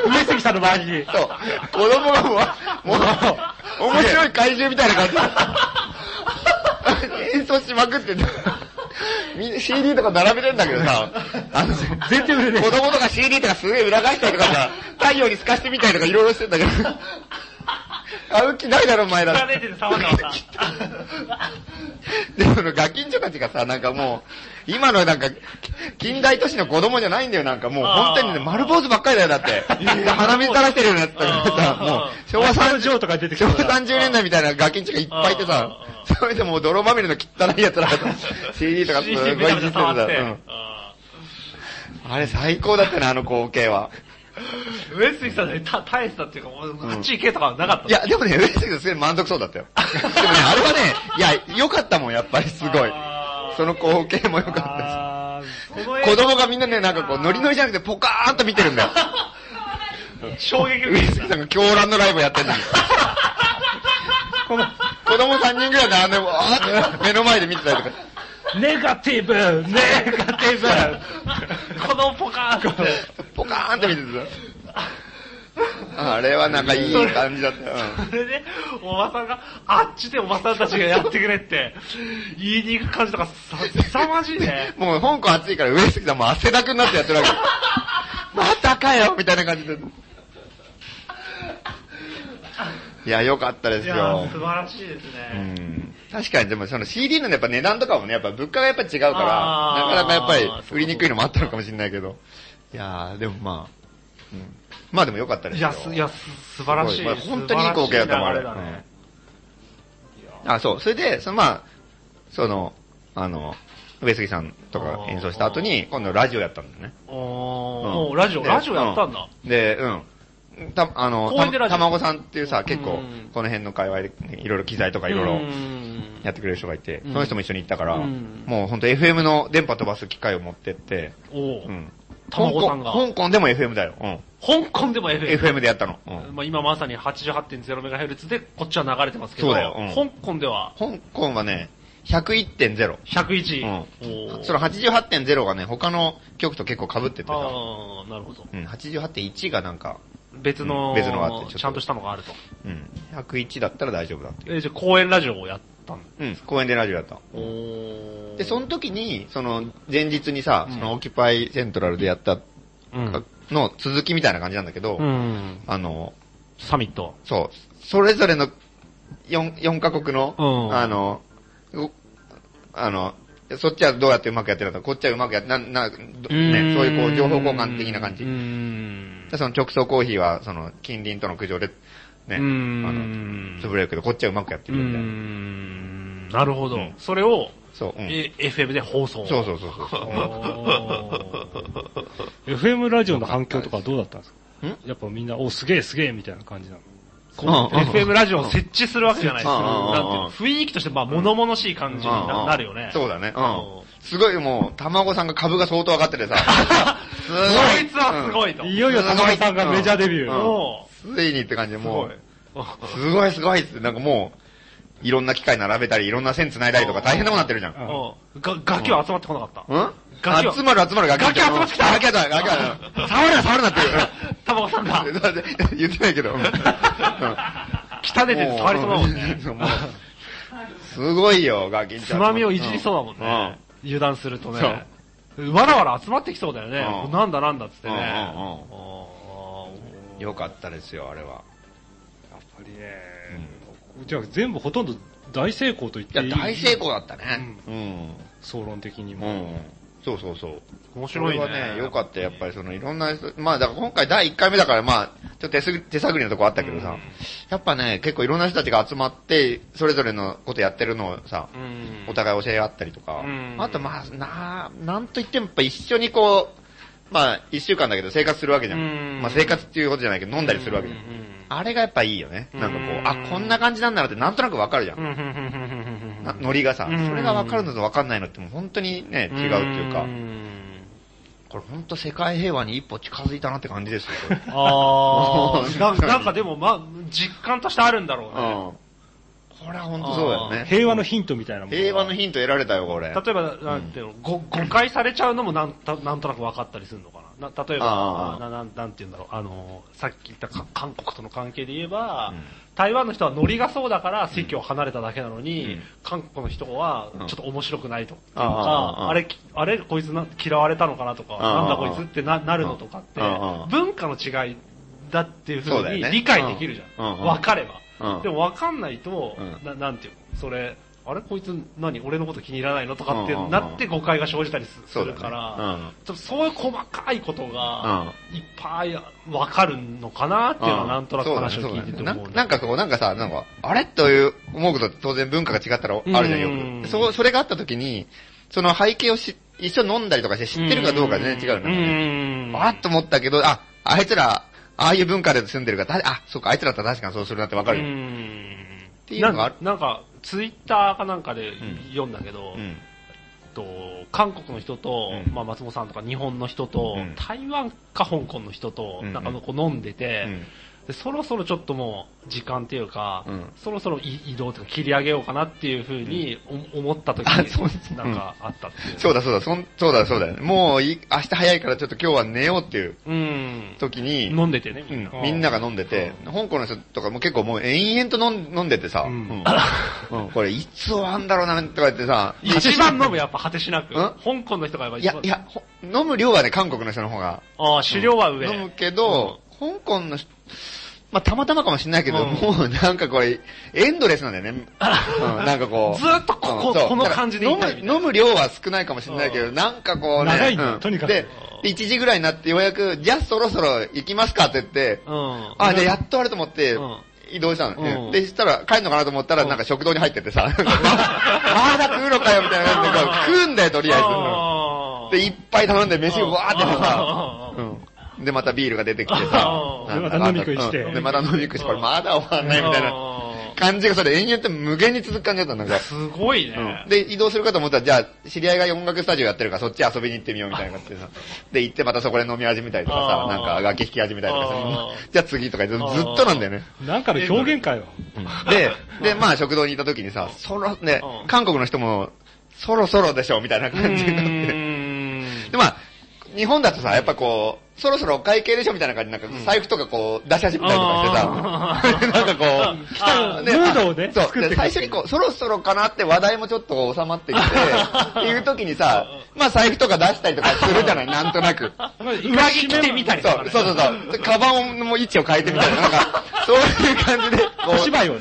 上杉さんの周りに。そう、子供がもう、もう、面白い怪獣みたいな感 じで。演奏しまくってた。みんな CD とか並べてんだけどさ、あの、全然売れね子供とか CD とかすげえ裏返したりとかさ、太陽に透かしてみたりとかいろいろしてんだけど、 買う気ないだろお前ら。ねえてて触んなかった。で、そのガキンチョたちがさ、なんかもう、今のなんか、近代都市の子供じゃないんだよ、なんかもう、あー本当にね、丸坊主ばっかりだよ、だって。鼻水垂らしてるようなやつだからさ、もあう、昭和サム三ジョーとか出てき昭た和から。 30年代みたいなガキンチョがいっぱいいてさあ、それでもう泥まみれの汚 い奴らがさ CD とかすごいめちゃめいじってちゃる触さ、っうて。んあれ最高だったね、あの光景 は。うん上杉さんにた耐えてたっていうか、もうあっち行けとかはなかったのい、や、でもね、上杉さんすげえ満足そうだったよ。でもね、あれはね、いや、良かったもん、やっぱりすごい。あーその光景も良かったし。あこの絵子供がみんなね、なんかこう、ノリノリじゃなくてポカーンと見てるんだよ。衝撃受上けて杉さんが狂乱のライブやってんのに。この子供3人ぐらいであんな、わーって目の前で見てたりとか。ー ネガティブネガティブた。このポカーンって。ポカーンって見てた。あれはなんかいい感じだったよ。うんそれで、おばさんが、あっちでおばさんたちがやってくれって、言いに行く感じとか、さ、凄まじいね。もう香港暑いから上杉さんもう汗だくになってやってるわけ。またかよみたいな感じで。いや、良かったでいすやよー、。素晴らしいですうね。ん確かに、でもその CD のやっぱ値段とかもね、やっぱ物価がやっぱ違うから、あーなかなかやっぱり売りにくいのもあったのかもしれないけど。いやー、でもまあ、うんまあでも良かったでいすよ。や、す、いや、す素晴らしい。すごいまあ本当にいい光景だったもん、あれ。素晴らしい流だねうんあ、そう。それで、そのまあ、その、あの、上杉さんとか演奏した後に、今度ラジオやったんだよね。おうんー、もうラジオ、でラジオやったんだ。で、うん。た、あの、公園でラジたオたまごさんっていうさ、結う構ん、この辺の界隈でね、いろいろ機材とかいろいろやってくれる人がいて、んその人も一緒に行ったから、うんもうほんと FM の電波飛ばす機会を持ってって、おおうー、ん。たまごさんが香港香港でも FM だよ。うん。香港でも FM。 FM でやったの。うん。まあ今まさに 88.0MHz で、こっちは流れてますけど、そうだようん香港では香港はね、101.0。 101。うんおーその88.0がね、他の曲と結構被っててさ、あー、なるほど。うん、88.1がなんか、別の、うん別のがあってちょっとちゃんとしたのがあると。うん、101だったら大丈夫だっていう。え、じゃあ公演ラジオをやったんだ。うん、公園でラジオやった。おで、その時に、その、前日にさ、その、オキュパイセントラルでやった、うん、の続きみたいな感じなんだけど、うん。あの、サミット。そう、それぞれの4、四カ国の、うんあの、ごあの、そっちはどうやってうまくやってるのか、こっちはうまくやって、な、な、どうーんね、そういうこう、情報交換的な感じうー。ん。でその直送コーヒーは、その、近隣との苦情で、ね、あうーんの、潰れるけど、こっちはうまくやってうーるよみたいな。ん。なるほど。うんそれを、そう、うん。え FM で放送。そうそうそうそ う。FM ラジオの反響とかはどうだったんですんかやっぱみんな、お、すげえすげえみたいな感じなの。このうんうん FM ラジオを設置するわけじゃないですか。うんうんうんなんていうの雰囲気として、まあ、物々しい感じにななるよね。そうだ。だね。うんうん。すごいもう、卵さんが株が相当上がっ ててさ。 すごこいつはすごいと。いよいよ高橋さんがメジャーデビュー。うんもついにって感じで、う、すごいも、。うすごいすごいっつって、なんかもう、いろんな機械並べたり、いろんな線繋いだりとか大変なことになってるじゃん。うんが、ガキは集まってこなかった。うんガキを集まる集まるガキ。ガキ集まってきたガキ集まるガキ集まる触るな触るなって タバコさんが、 言う言ってないけど。うん北出てて触りそうだもん ね。もうすごいよ、ガキんちゃつんまみをいじりそうだもんね。油断するとね。わらわら集まってきそうだよねう。んなんだなんだっつってね。うんうんうんあうんよかったですよ、あれは。やっぱりね、じゃあ全部ほとんど大成功と言っいてやいい、大成功だったね。うん。総論的にうも。ん。そうそうそう。ー面そ白れいはね。ね、良かった。やっぱりその、いろんな人、まあ、だから今回第1回目だから、まあ、ちょっと手すぐ手探りのとこあったけどさ、やっぱね、結構いろんな人たちが集まって、それぞれのことやってるのをさ、 うんお互い教え合ったりとか、うんあとまあ、な、なんといってもやっぱ一緒にこう、まあ、一週間だけど生活するわけじゃん。うんまあ、生活っていうことじゃないけど、飲んだりするわけじゃん。あれがやっぱいいよね。なんかこう、あ、こんな感じなんだなってなんとなくわかるじゃん。なノリがさ、うんそれがわかるのとわかんないのってもう本当にね、違うっていうか、これ本当世界平和に一歩近づいたなって感じですよ。こ れああ、ななんかなんかでも、まあ、実感としてあるんだろううんね。これは本当そうだよね。平和のヒントみたいなものが平和のヒント得られたよ、これ。例えば、なんていうの、ご誤解されちゃうのもなんたなんとなく分かったりするのかな。な例えばあーななん、なんていうんだろう、あの、さっき言ったか韓国との関係で言えば、うん台湾の人はノリがそうだから席を離れただけなのに、うん韓国の人はうんちょっと面白くないとっていうか、あーあーあーあれ、きあれ、こいつな嫌われたのかなとか、あーなんだこいつってななるのとかってうんうんう、ん文化の違いだっていうふそううだによね理解できるじゃん。うんうんうん分かれば。うんでも分かんないと、うんななんていうのそれ、あれこいつ何俺のこと気に入らないのとかってうんうんうんなって誤解が生じたりすすそうだるねから、うんちょっとそういう細かいことが、ういっぱい分かるのかなっていうのはなんとなく話を聞いててそう思うだねそうだねねななんかこう、なんかさ、なんか、あれという思うことって当然文化が違ったらあるじゃうんんよく。そう、それがあった時に、その背景をし、一緒に飲んだりとかして知ってるかどうか全然違うのよね。んあっと思ったけど、あ、あいつら、ああいう文化で住んでるから、だあ、そうか、あいつらだったら確かにそうするなってわかうるよ。んていうのがあるなんか、なんかツイッターかなんかでん読んだけど、うん。と韓国の人と、うんまあ、松本さんとか日本の人と、うん台湾か香港の人と、うんなんかこう飲んでて、うんでそろそろちょっともう時間っていうか、うんそろそろい移動とか切り上げようかなっていうふうにお思った時あそうになんかあったっていう。そうだそうだ、そんそうだそうだよね。もういい、明日早いからちょっと今日は寝ようっていううん。時に、飲んでてね、うみんんな。、みんなが飲んでて、香港の人とかも結構もう延々と飲ん飲んでてさ、うんうんうんこれいつ終わんだろうなとか言っ てさ、一番飲むやっぱ果てしなく。ん香港の人がやっぱい一や番。、いや、ほ飲む量はね、韓国の人の方が。ああ、狩猟は上。飲むけど、香港の人、まあ、たまたまかもしれないけど、うんもうなんかこれ、エンドレスなんだ よね。うんなんかこう。ずーっとここうんそうこの感じでいだたかいらみ飲たいなむ、飲む量は少ないかもしれないけうど、なんかこうね。長いんだようんとにかくで、で1時ぐらいになってようやく、じゃあそろそろ行きますかって言って、うん。あ、じゃあやっとあれと思ってうん、移動したのね、うんで、したら、帰るのかなと思ったら、なんか食堂に入っててさ、なんかまだ食うのかよみたいな感じでこう、食うんだよ、とりあえず。あーで、いっぱい頼んで、飯をわーってあさ、うん。で、またビールが出てきてあさ、ーなんでまたか飲み食いしてうんで、また飲み食いして、これまだ終わんないみたいなあ感じが、それ延々と無限に続く感じだったんだかーすごいね。ら。うん。で、移動するかと思ったら、じゃあ、知り合いが音楽スタジオやってるから、そっち遊びに行ってみようみたいな感じでさ。で、行ってまたそこで飲み始めたりとかあーさ、なんか楽器弾き始めたりとかさあ、じゃあ次とかずずっとなんだよね。なんかの表現かよ。で、で、まあ食堂にいた時にさ、そろ、ねうん、韓国の人も、そろそろ でしょ、みたいなう感じになって。んで、まあ、日本だとさ、やっぱこう、そろそろお会計でしょみたいな感じで、なんか財布とかこう、出し始めたりとかして さ、なんかこう、来たムードをねあそ作う、ってで最初にこう、そろそろかなって話題もちょっと収まって きて、っていう時にさ、まあ財布とか出したりとかするじゃ ない、なんとなく。裏切ってみたりそとかうね。そうそうそう。カバンの位置を変えてみた いな、なんか、そういう感じで。こう小芝居をね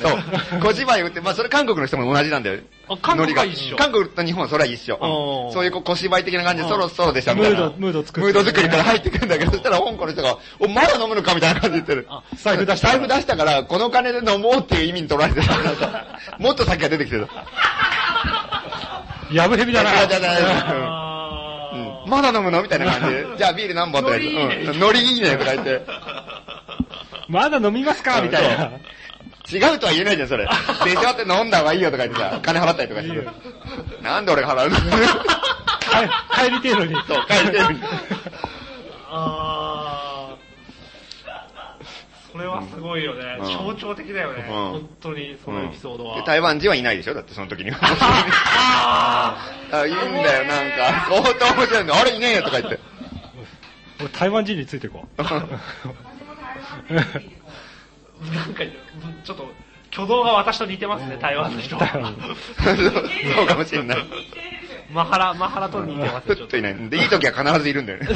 そう。小芝居を打って、まあそれ韓国の人も同じなんだよあ。韓国はノリ一緒韓国と日本はそれは一緒おー。そういうこう小芝居的な感じでそろそろでしたムみたいーな。ド、ムード作って。ムード作りから入ってくんだけど、そしたら香港の人が、お、まだ飲むのかみたいな感じで言ってる。財布出した。財布出したから、この金で飲もうっていう意味に取られてた。なん かもっと先が出てきてた。やぶ蛇だな。じゃない。あまだ飲むのみたいな感じで。じゃあビール何本とか言って。うん。ノリいいね、とか言って。まだ飲みますかみたいな。違うとは言えないじゃん、それ。 でしょって飲んだ方がいいよとか言ってさ、金払ったりとかしていいよる。なんで俺が払うの帰帰りてえのに。そう、帰りてる。あー。それはすごいよね。うん象徴的だよね。うん本当に、そのエピソードは。で台湾人はいないでしょだってその時には。ああ、いいんだよ、なんか。相当面白いの。あれいねえよとか言って。俺台湾人についてこう。 ー なんか、ちょっと、挙動が私と似てますね、台湾の人台湾は。そうそうかもしれない。マハラ、マハラと似てますふね、ちょっっとと。いない。で、いい時は必ずいるんだよね。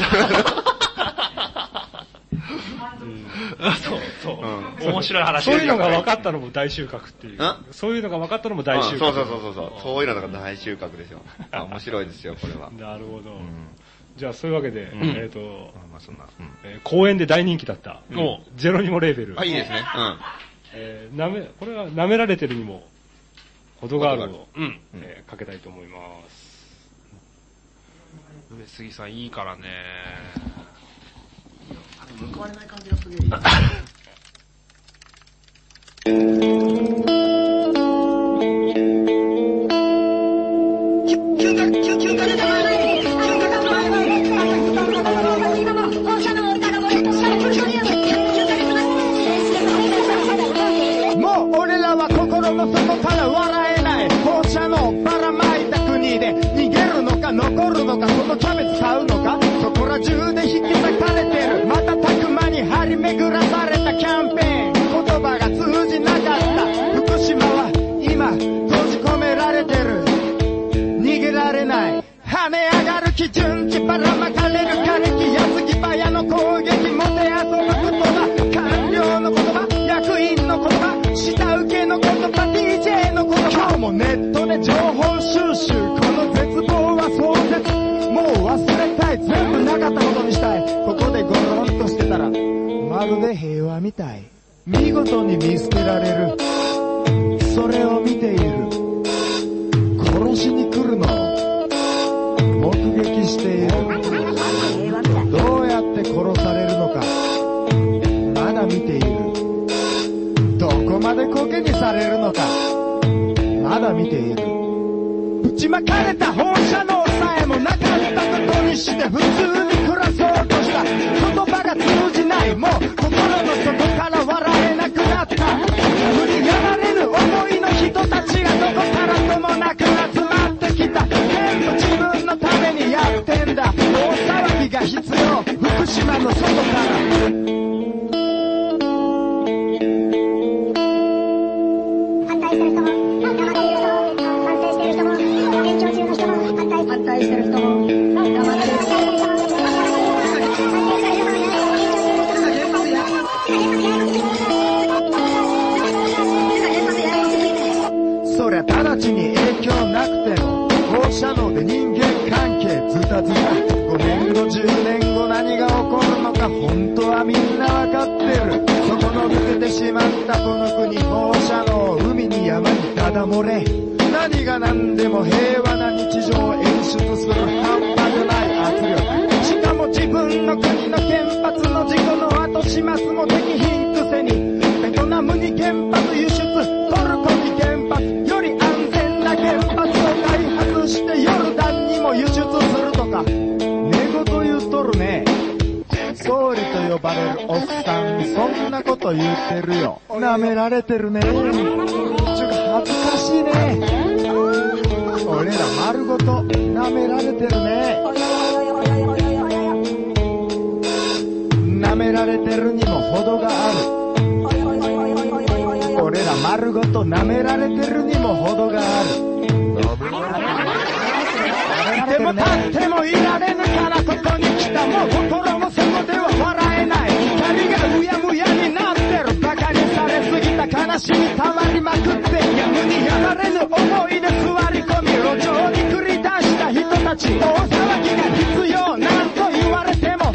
あ そう、そううん。面白い話そういうのが分かったのも大収穫っていんう。そういうのが分かったのも大収穫。うんそうそうそうそうそう。そういうのだから大収穫ですよ。あ面白いですよ、これは。なるほど。じゃあ、そういうわけで、えっと、まあそんな。えー公園で大人気だったお、ゼロにもレーベル。あ、いいですね。えーなめ、これは舐められてるにも、程がある程を、うん。えーかけたいと思います。梅杉さんいいからね。もう俺らは心の底から笑えない放射能ばらまいた国で逃げるのか残るのかそのキャベツ買うのかそこら中で引き裂かれてるまたたく間に張り巡らされたキャンペーン言葉が通じなかった福島は今閉じ込められてる逃げられない跳ね上がる基準値ばらまかれる瓦礫矢継ぎ早の攻撃もてあそぶ言葉官僚の言葉役員の言葉下請けの言葉 DJ の言葉今日もネットで情報収集この絶望は壮絶もう忘れたい全部なかったことにしたいここでゴロンとしてたらまるで平和みたい見事に見捨てられるそれを見ている殺しに来るのを目撃しているどうやって殺されるのかまだ見ているどこまでコケにされるのかまだ見ているぶちまかれた放射能さえもなかったことにして普通に暮らそうとした言葉が通じないもう心の底から笑えなくなった無理やられる思いの人たちがどこからともなく集まってきた全部自分のためにやってんだ大騒ぎが必要福島の外から反対してる人も、反対してる人も、反対してる人も、反対してる人も、反対してる人も、そりゃ直ちに影響なくても放射能で人間関係ズタズタ5年後10年後何が起こるのか本当はみんなわかってるそこの抜けてしまったこの国放射能海に山にただ漏れ何が何でも平和な日常を演出する半端じゃない圧力しかも自分の国の原発の事故の後始末もできひんくせにベトナムに原発輸出トルコに原発より安全な原発を開発してヨルダンにも輸出するとか寝言言うとるね総理と呼ばれるおっさんそんなこと言ってるよ舐められてるねちゅうか恥ずかしいね俺ら丸ごと舐められてるね舐められてるにも程がある俺ら丸ごと舐められてるにも程があるでも立ってもいられぬからここに来たもう心も底では笑えない光がうやむやになってるバカにされすぎた悲しみたまりまくってやむにやられぬ思いで座り込み路上に繰り出した人たち大騒ぎが必要なんと言われても何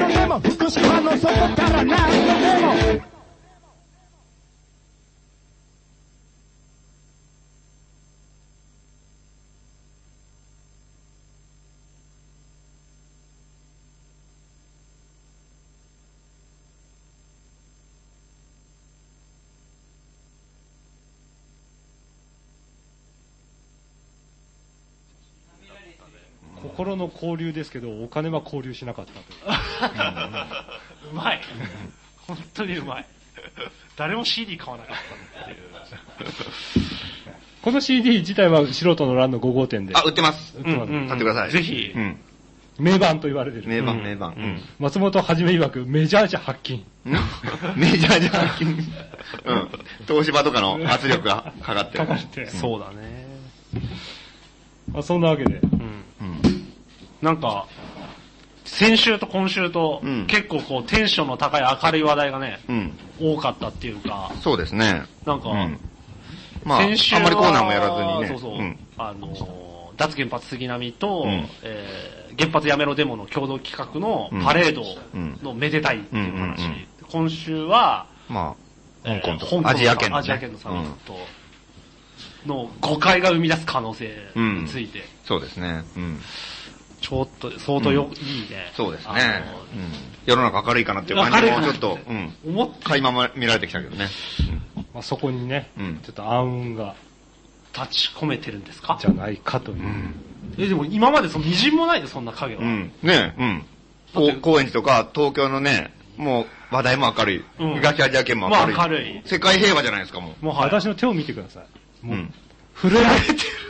度でも心の交流ですけど、お金は交流しなかったといううまい。本当にうまい。誰も CD 買わなかったっていう。この CD 自体は素人の欄の5号店であ、売ってます。売ってます。買ってください。ぜひう。ん。名盤と言われてる。名盤、名盤。うん。松本はじめ曰くメジャーじゃ発金。メジャーじゃん。うん。東芝とかの圧力がかかってかるか。って。そうだね。まあ、そんなわけで。うん。なんか、先週と今週とうん、結構こう、テンションの高い明るい話題がね、うん。多かったっていうか、そうですね。なんか、うん。まあ、あんまり先週はコーナーもやらずにそね。うそう。ん。あのー、脱原発杉並と、うんえー原発やめろデモの共同企画のうんパレードうんのめでたいっていう話。うんうんうん今週は、まえー香港と香港アジア圏のねアジア圏のサミットの誤解が生み出す可能性について、あ、そうですね。うん。ちょっと相当よ、うんいいね。そうですね。あのーうん。世の中明るいかなっていう感じもちょっと、うん。思っ垣間見られてきたけどね。まあ、そこにね、うんちょっと暗雲が、立ち込めてるんですかじゃないかという。え、でも今までその微塵もないで、そんな影は。うん。ねえ、うん。だってこう高円寺とか東京のね、もう話題も明るい。うん東アジア圏も明るい。もう明るい世界平和じゃないですか、ももはや、私の手を見てください。う。もう、うん震え、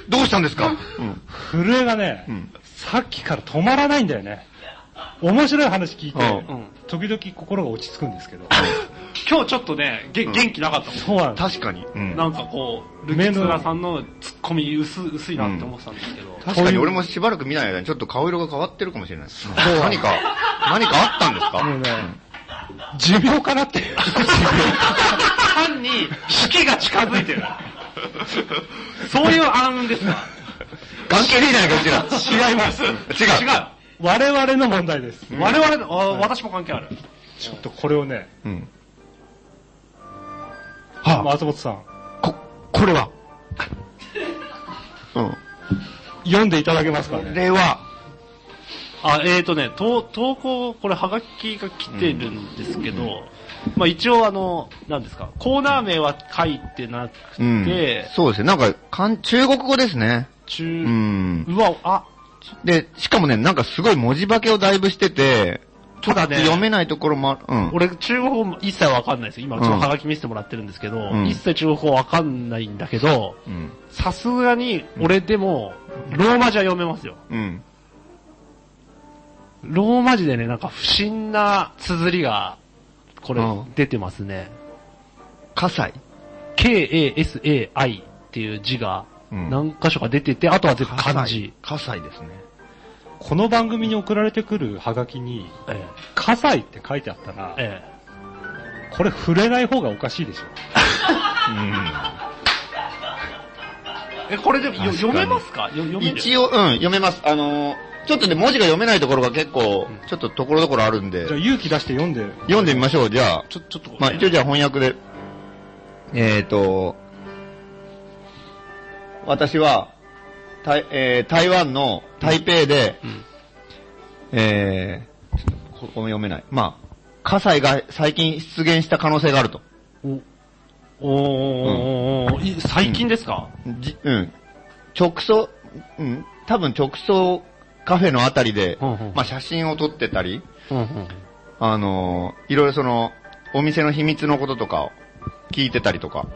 どうしたんですかうん。震えがね、うんさっきから止まらないんだよね。面白い話聞いて、うん時々心が落ち着くんですけど、今日ちょっとね、げ元気なかったもん。そうなんで確す。かに。うんなんかこう、ルキツラさんのツッコミ薄薄いなって思ってたんですけど、確かに俺もしばらく見ない間にちょっと顔色が変わってるかもしれないです。何か、何かあったんですかもうね、寿命かなって。単に死期が近づい てる。そういう暗雲ですか関係ねえじゃないか、うちら。違います。違う。違う我々の問題です。我々の、あ私も関係ある。ちょっとこれをね、うん。松本さん、こ、これは。うん。読んでいただけますかこね。れは、あ、えーとね、投投稿、これハガキが来てるんですけど、まあ一応あの、何ですか、コーナー名は書いてなくて、うん。そうですね。なんか、かん中国語ですね。う中、ん。うわ、あ、で、しかもね、なんかすごい文字化けをだいぶしてて、ちょっとただね読めないところもある。うん。俺、中国語も一切わかんないですよ。今、うんちょっとハガキ見せてもらってるんですけど、ん一切中国語わかんないんだけど、うん。さすがに、俺でも、ローマ字は読めますよ。うん。ローマ字でね、なんか不審な綴りが、これうん、出てますね。火災。 K-A-S-A-I っていう字が、うん何箇所か出てて、あとは全部漢字。火災ですね。この番組に送られてくるハガキに、え火災って書いてあったらえ、えこれ触れない方がおかしいでしょ。ええ、これでよ読めますかよ読める一応、うん、読めます。あのー、ちょっとね、文字が読めないところが結構、ちょっとところどころあるんでじゃあ、勇気出して読んで、読んでみましょう、じゃあ。ちょ、ちょっとこれ、まあ、一応じゃあ翻訳で。えーと、私は、台、えー台湾の台北で、えー、ちょっとここも読めない。まあ、火災が最近出現した可能性があると。おー、い最近ですか、じうん。直送、うん、多分直送カフェのあたりで、うんうんまあ写真を撮ってたり、うんうんあのーいろいろその、お店の秘密のこととかを聞いてたりとか、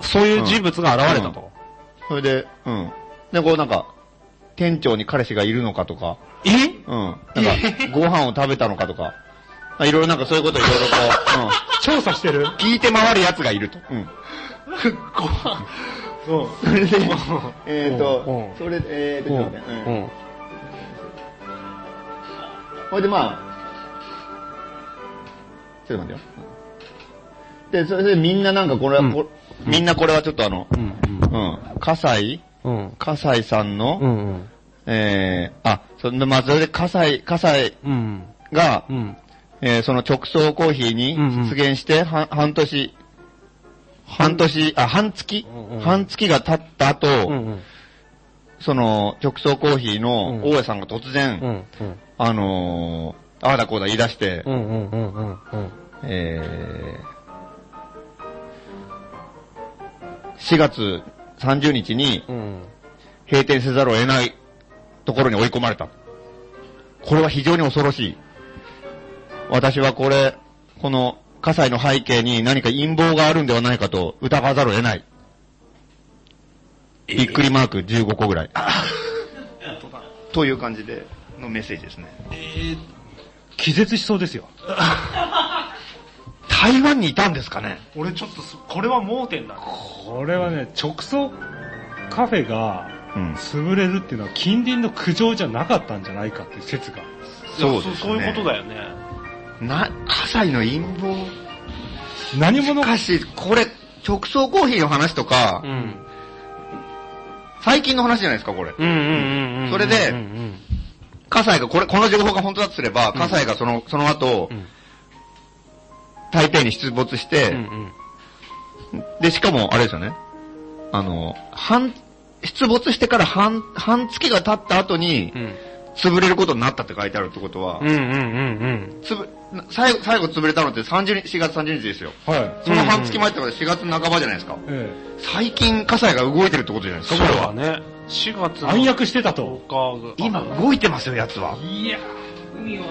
そういう人物が現れたと。それで、うん。で、こうなんか、店長に彼氏がいるのかとか、えうん。なんか、ご飯を食べたのかとか、あいろいろなんかそういうこといろいろこ調査してるう、うん。聞いて回る奴がいると。うん。ご飯。 それで、えっとうん、それで、えーと、ちうょんっと待ってうん。ほいでまあ、ちょっと待ってよ。で、それでみんななんかこれは、うんこみんなこれはちょっとあの、うん、葛西うん。葛西さんの、うん。えー、あ、そんで、まあ、それで葛西、葛西うん。が、うん。えー、その直送コーヒーにうんうん出現して、半半年、半年、あ、半月、うんうん半月が経った後、うん。その直送コーヒーうんの大江さんが突然、うん。あのー、ああだこうだ言い出して、うん。うん。うん。うん。えー4月30日にうん。閉店せざるを得ないところに追い込まれた。これは非常に恐ろしい。私はこれ、この火災の背景に何か陰謀があるんではないかと疑わざるを得ない。びっくりマーク15個ぐらい。 という感じでのメッセージですね。気絶しそうですよ。台湾にいたんですかね俺ちょっとそ、これは盲点だね。これはね、直送カフェがうん。潰れるっていうのは近隣の苦情じゃなかったんじゃないかっていう説が。そうですそねそういうことだよね。な、火災の陰謀。何し者かかし、これ、直送コーヒーの話とか、うん。最近の話じゃないですか、これ。うんうんうん。それでうんうん火災が、これ、この情報が本当だとすれば、火災がその、その後、うん台北に出没しうんうて、ん。で、しかも、あれですよね。あの、半、出没してから半、半月が経った後にう、ん潰れることになったって書いてあるってことは、うんうんうん。つぶ、最後、最後潰れたのって30日、4月30日ですよ。はい。その半月前ってことは4月半ばじゃないですか。え最近、火災が動いてるってことじゃないですそか、うこれだは。ね。4月えの暗躍してたと。 10日が。今動いてますよ、奴は。いや海を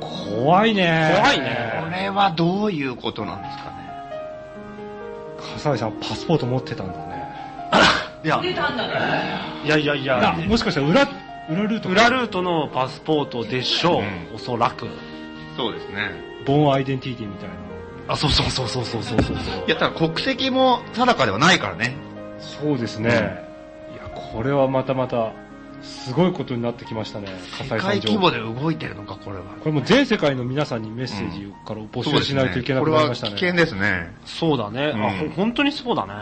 怖いね怖いこね。れはどういうことなんですかね。笠井さんパスポート持ってたんだね。いや、いやいやいやあ、、もしかしたら裏、裏ルート裏ルートのパスポートでしょうんう。おそらく。そうですね。ボーンアイデンティティみたいな。あ、そうそうそうそうそうそうそうそう。いや、ただ国籍も定かではないからね。そうですね。いや、これはまたまた、すごいことになってきましたね、世笠井さん界情規報模で動いてるのか、これは。これも全世界の皆さんにメッセージから募集しないといけなくなりましたね。これは危険ですね。そうだね。あ、うんほ本当にそうだね。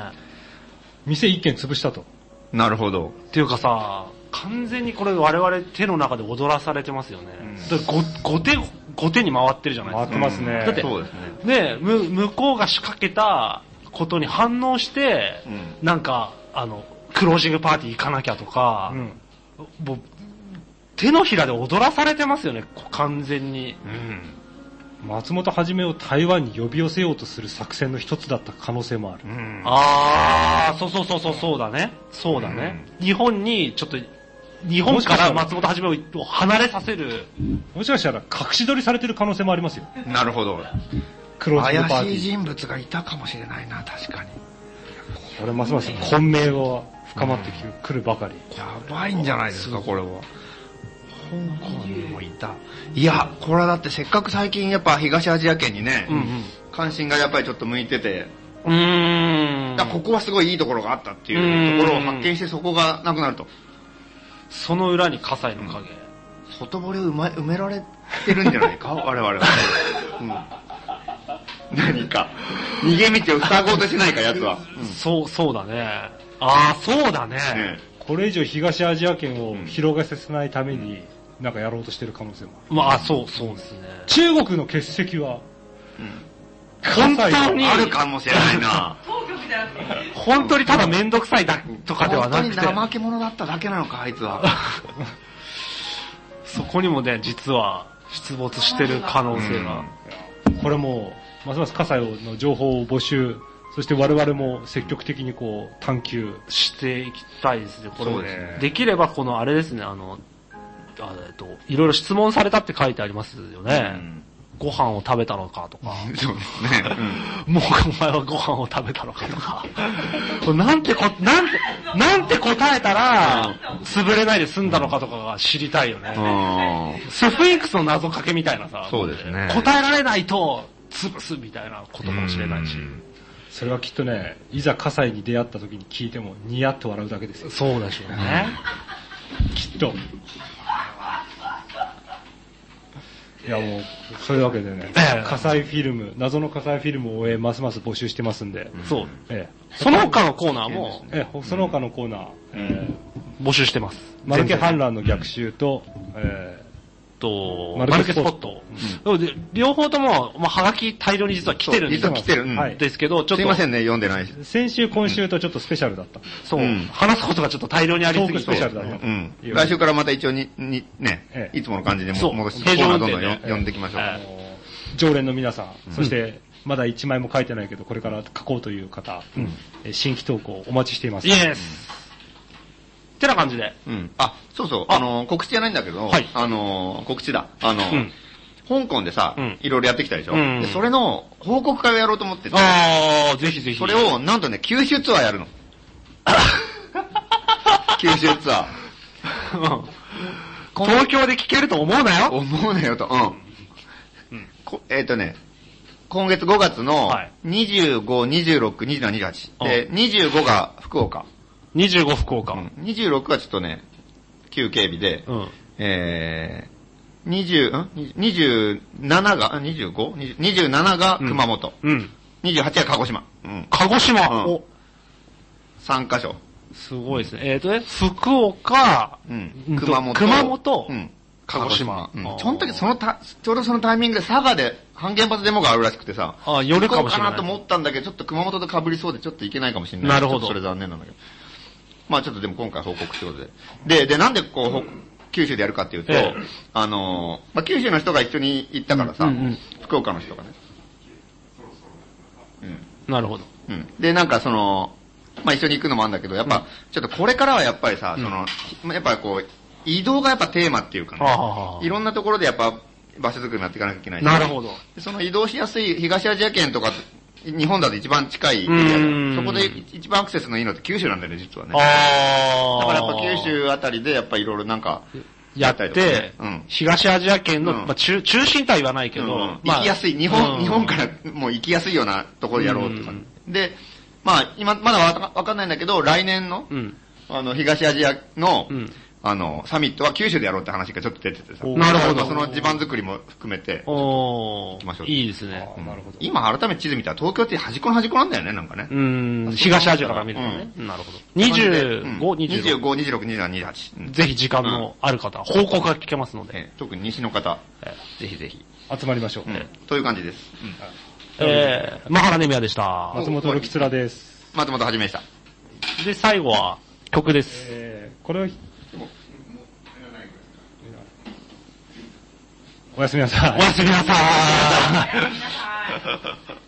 店一軒潰したと。なるほど。っていうかさ、完全にこれ我々手の中で踊らされてますよね。だからご、ご手、ご手に回ってるじゃないで回すか。ってますね。だってそうですね。で、む、向こうが仕掛けたことに反応して、うなんか、あの、クロージングパーティー行かなきゃとかう、ん。もう、手のひらで踊らされてますよね、こう完全に。松本はじめを台湾に呼び寄せようとする作戦の一つだった可能性もある。うん。あー、そうそうそうそう、そうだね。そうだね。日本に、ちょっと、日本から松本はじめを離れさせる。もしかしたら隠し撮りされてる可能性もありますよ。なるほど。クロージングパー怪ティしいー。人物がいたかもしれないな、確かに。これますます混迷は深まってきる,、来るばかり。やばいんじゃないですか、これは。香港にもいた。いや、これはだってせっかく最近やっぱ東アジア圏にね、ん関心がやっぱりちょっと向いてて、うーん。だからここはすごいいいところがあったっていうところを発見してそこがなくなると。その裏に火災の影。外堀を埋め埋められてるんじゃないか我々は。うん何か、逃げ道を塞ごうとしないか、奴は。そう、そうだね。あー、そうだね。ねこれ以上東アジア圏を広がせないために、なんかやろうとしてる可能性もある。まあ、そう、そうですね。中国の欠席は、本当にあるかもしれないな。本当にただめんどくさいだとかではなくて本当、に怠け者だっただけなのか、あいつは。 そこにもね、実は出没してる可能性が。これもう、ますます葛西の情報を募集、そして我々も積極的にこう、探求。していきたいですね、これそうですねできればこのあれですね、あの、あえっと、いろいろ質問されたって書いてありますよね。ご飯を食べたのかとか、そうですね。もうお前はご飯を食べたのかとか、これなんてこ、なんて、なんて答えたら、潰れないで済んだのかとかが知りたいよね。スフィンクスの謎かけみたいなさ、そうですね答えられないと、潰すみたいなことかもしれないし。それはきっとね、いざ葛西に出会った時に聞いても、ニヤッと笑うだけですよ。そうでしょうね。きっと。いやもう、そういうわけでねええ、火災フィルム、謎の火災フィルムを終え、ますます募集してますんで、そう。えその他のコーナーもえ、ええ、その他のコーナー、ええ、募集してます。マルケ反乱の逆襲と、えと、ママルルケケススポポッット。うんで両方とも、まあ、はがき大量に実は来てるんです実よは来てる。うえ、んはい。ですけど、ちょっと、すいませんね、読んでないし。え先週、今週とちょっとスペシャルだった。そう、うん話すことがちょっと大量にありすぎトークスペシャルて、だった。うん。いいよ来週からまた一応に、に、えね、えいつもの感じでそもう戻して、平コーナ常ー運どん転どでんよ読んでいきましょう。あの常連の皆さん、そして、まだ1枚も書いてないけど、これから書こうという方、え新規投稿お待ちしています。イエス。でな感じで。うん。あ、そうそう、あの、告知じゃないんだけど、はいあの、告知だ。あの、うん香港でさうん、いろいろやってきたでしょ、うんでそれの報告会をやろうと思ってて、あー、ぜひぜひ。それを、なんとね、九州ツアーやるの。 九州ツアうん東京で聞けると思うなー。よ。思うなよと。うん。こえっ、とね、今月5月のはい25、26、27、28。で、25が福岡。 25福う岡。ん、26がちょっとね、休憩日で、うん。えー、20ん27が、ん 25? 27が熊本。うん。 28が鹿児島。うん。鹿児島。うんお、 3カ所。すごいですね。えっ、とね、福岡、うんう。んと熊本。熊本うん。鹿児島うあーん。その時、そのた、ちょうどそのタイミングで佐賀で半原発デモがあるらしくてさ。あ夜かもしれない行こうかなと思ったんだけど、ちょっと熊本と被りそうでちょっと行けないかもしれない。なるほどちょっとそれ残念なんだけど。まあちょっとでも今回報告ってことで。で、で、なんでこうほ、九州でやるかっていうと、ええあのー、まあ九州の人が一緒に行ったからさ、うんうんうん福岡の人がね。なるほど。うん。で、なんかその、まあ一緒に行くのもあるんだけど、やっぱ、ちょっとこれからはやっぱりさ、その、ひやっぱこう、移動がやっぱテーマっていうかね、はあはあはあいろんなところでやっぱ場所作りになっていかなきゃいけないしなるほど。でその移動しやすい東アジア圏とか、日本だと一番近いエリアうでん、そこで一番アクセスのいいのって九州なんだよね、実はね。あだー。からやっぱ九州あたりでやっぱいろいろなんか、やって、うん東アジア圏の、うんまあ、中中心とは言わないけど、うんまあ、行きやすい、日う本、ん日本からもう行きやすいようなところでやろうって感じ。で、まあ今、まだわかわかんないんだけど、来年のう、ん。あの、東アジアのうん、あの、サミットは九州でやろうって話がちょっと出ててさ。おーなるほどその地盤作りも含めて。おきましょーういいですね。なるほど。今改めて地図見たら東京って端っこの端っこなんだよね、なんかねう。ん、東アジアから見るとね。なるほど。25、26。25、26、27、28。うんぜひ時間のある方、報告が聞けますので。えー特に西の方、えぜひぜひ。集まりましょう。うんという感じです。えー、マハラネミヤでした。松本のきつらです。松本はじめでした。で、最後は曲です。えー、これを、おやすみなさい。 おやすみなさーい。